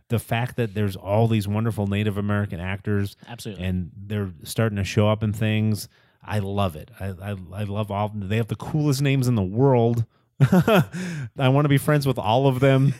The fact that there's all these wonderful Native American actors
Absolutely.
and they're starting to show up in things. I love it. I I, I love all. They have the coolest names in the world. I want to be friends with all of them.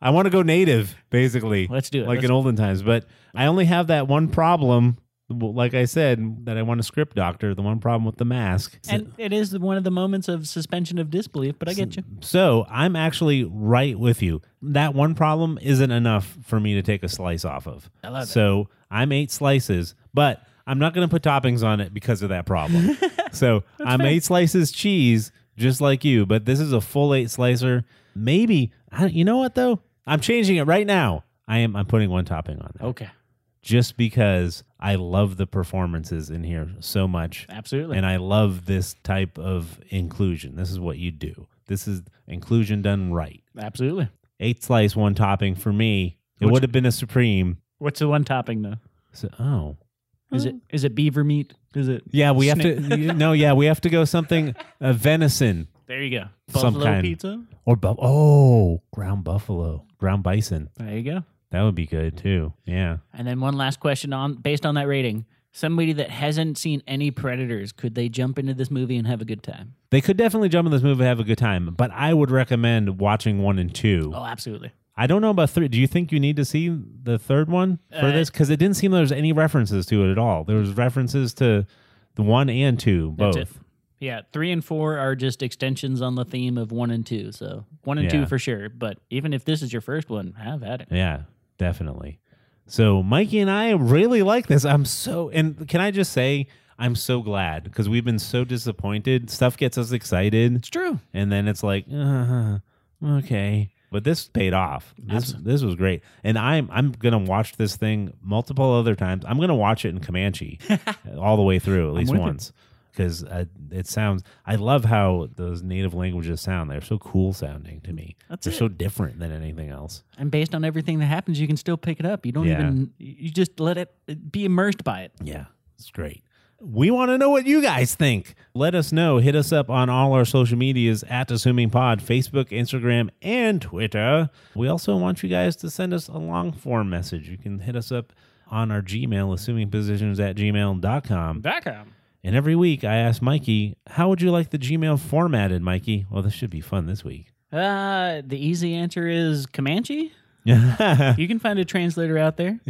I want to go native, basically.
Let's do it.
Like
Let's-
in olden times, but I only have that one problem. Like I said, that I want to script doctor. The one problem with the mask.
and it is one of the moments of suspension of disbelief, but I get you.
So I'm actually right with you. That one problem isn't enough for me to take a slice off of.
I love it.
So I'm eight slices, but I'm not going to put toppings on it because of that problem. so I'm eight slices cheese, just like you. But this is a full eight slicer.
Oh.
Maybe I, you know what though? I'm changing it right now. I am. I'm putting one topping on there.
Okay.
just because I love the performances in here so much.
Absolutely.
And I love this type of inclusion. This is what you do. This is inclusion done right.
Absolutely.
Eight slice, one topping for me. It
Which-
would have been a supreme.
What's the one topping though?
So, oh,
Is it is it beaver meat? Is it?
yeah, we have
Snake-
to. no, yeah, we have to go something a venison
There you go.
Some
Buffalo
kind.
pizza.
or bu- oh ground buffalo, ground bison.
There you go.
That would be good too. Yeah.
And then one last question on based on that rating. Somebody that hasn't seen any Predators, could they jump into this movie and have a good time?
They could definitely jump in this movie and have a good time, but I would recommend watching one and two.
Oh, absolutely.
I don't know about three. Do you think you need to see the third one for
Uh,
this? Because it didn't seem there was any references to it at all. There was references to the one and two, both.
That's it. Yeah, three and four are just extensions on the theme of one and two. So one and
Yeah.
two for sure. But even if this is your first one, have at it.
Yeah, definitely. So Mikey and I really like this. I'm so and can I just say I'm so glad because we've been so disappointed. Stuff gets us excited,
It's true.
and then it's like, uh, okay. But this paid off. This
Absol-
this was great, and I'm I'm gonna watch this thing multiple other times. I'm gonna watch it in Comanche all the way through at least
with you.
once because it sounds. I love how those native languages sound. They're so cool sounding to me.
That's
They're
it.
so different than anything else.
And based on everything that happens, you can still pick it up. You don't
Yeah.
even you just let it be immersed by it.
Yeah, it's great. We want to know what you guys think. Let us know. Hit us up on all our social medias at Assuming Pod, Facebook, Instagram, and Twitter. We also want you guys to send us a long form message. You can hit us up on our Gmail, assumingpositions at gmail.com.
Background.
And every week I ask Mikey, how would you like the Gmail formatted, Mikey? Well, this should be fun this week.
Uh, the easy answer is Comanche.
yeah.
You can find a translator out there.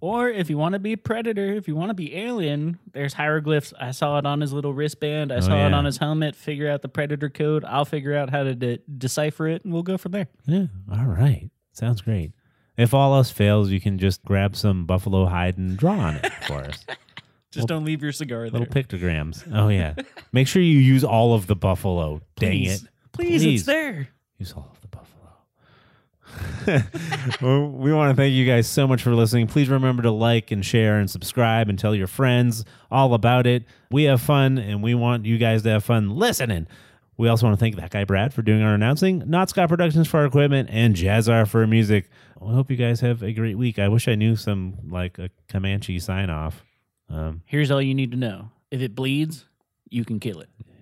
Or if you want to be predator, if you want to be alien, there's hieroglyphs. I saw it on his little wristband. I saw it
Oh, yeah.
on his helmet. Figure out the predator code. I'll figure out how to de- decipher it, and we'll go from there.
Yeah. All right. Sounds great. If all else fails, you can just grab some buffalo hide and draw on it for us.
Just don't leave your cigar there.
Little pictograms. Oh yeah. Make sure you use all of the buffalo. Dang it.
Please. Please,
Please.
it's there.
Use all of the buffalo. Well, we want to thank you guys so much for listening. Please remember to like and share and subscribe and tell your friends all about it. We have fun and we want you guys to have fun listening. We also want to thank that guy Brad for doing our announcing, Not Scott Productions for our equipment, and Jazzar for our music. I hope you guys have a great week. I wish I knew some like a Comanche sign off. Um,
Here's all you need to know. If it bleeds, you can kill it.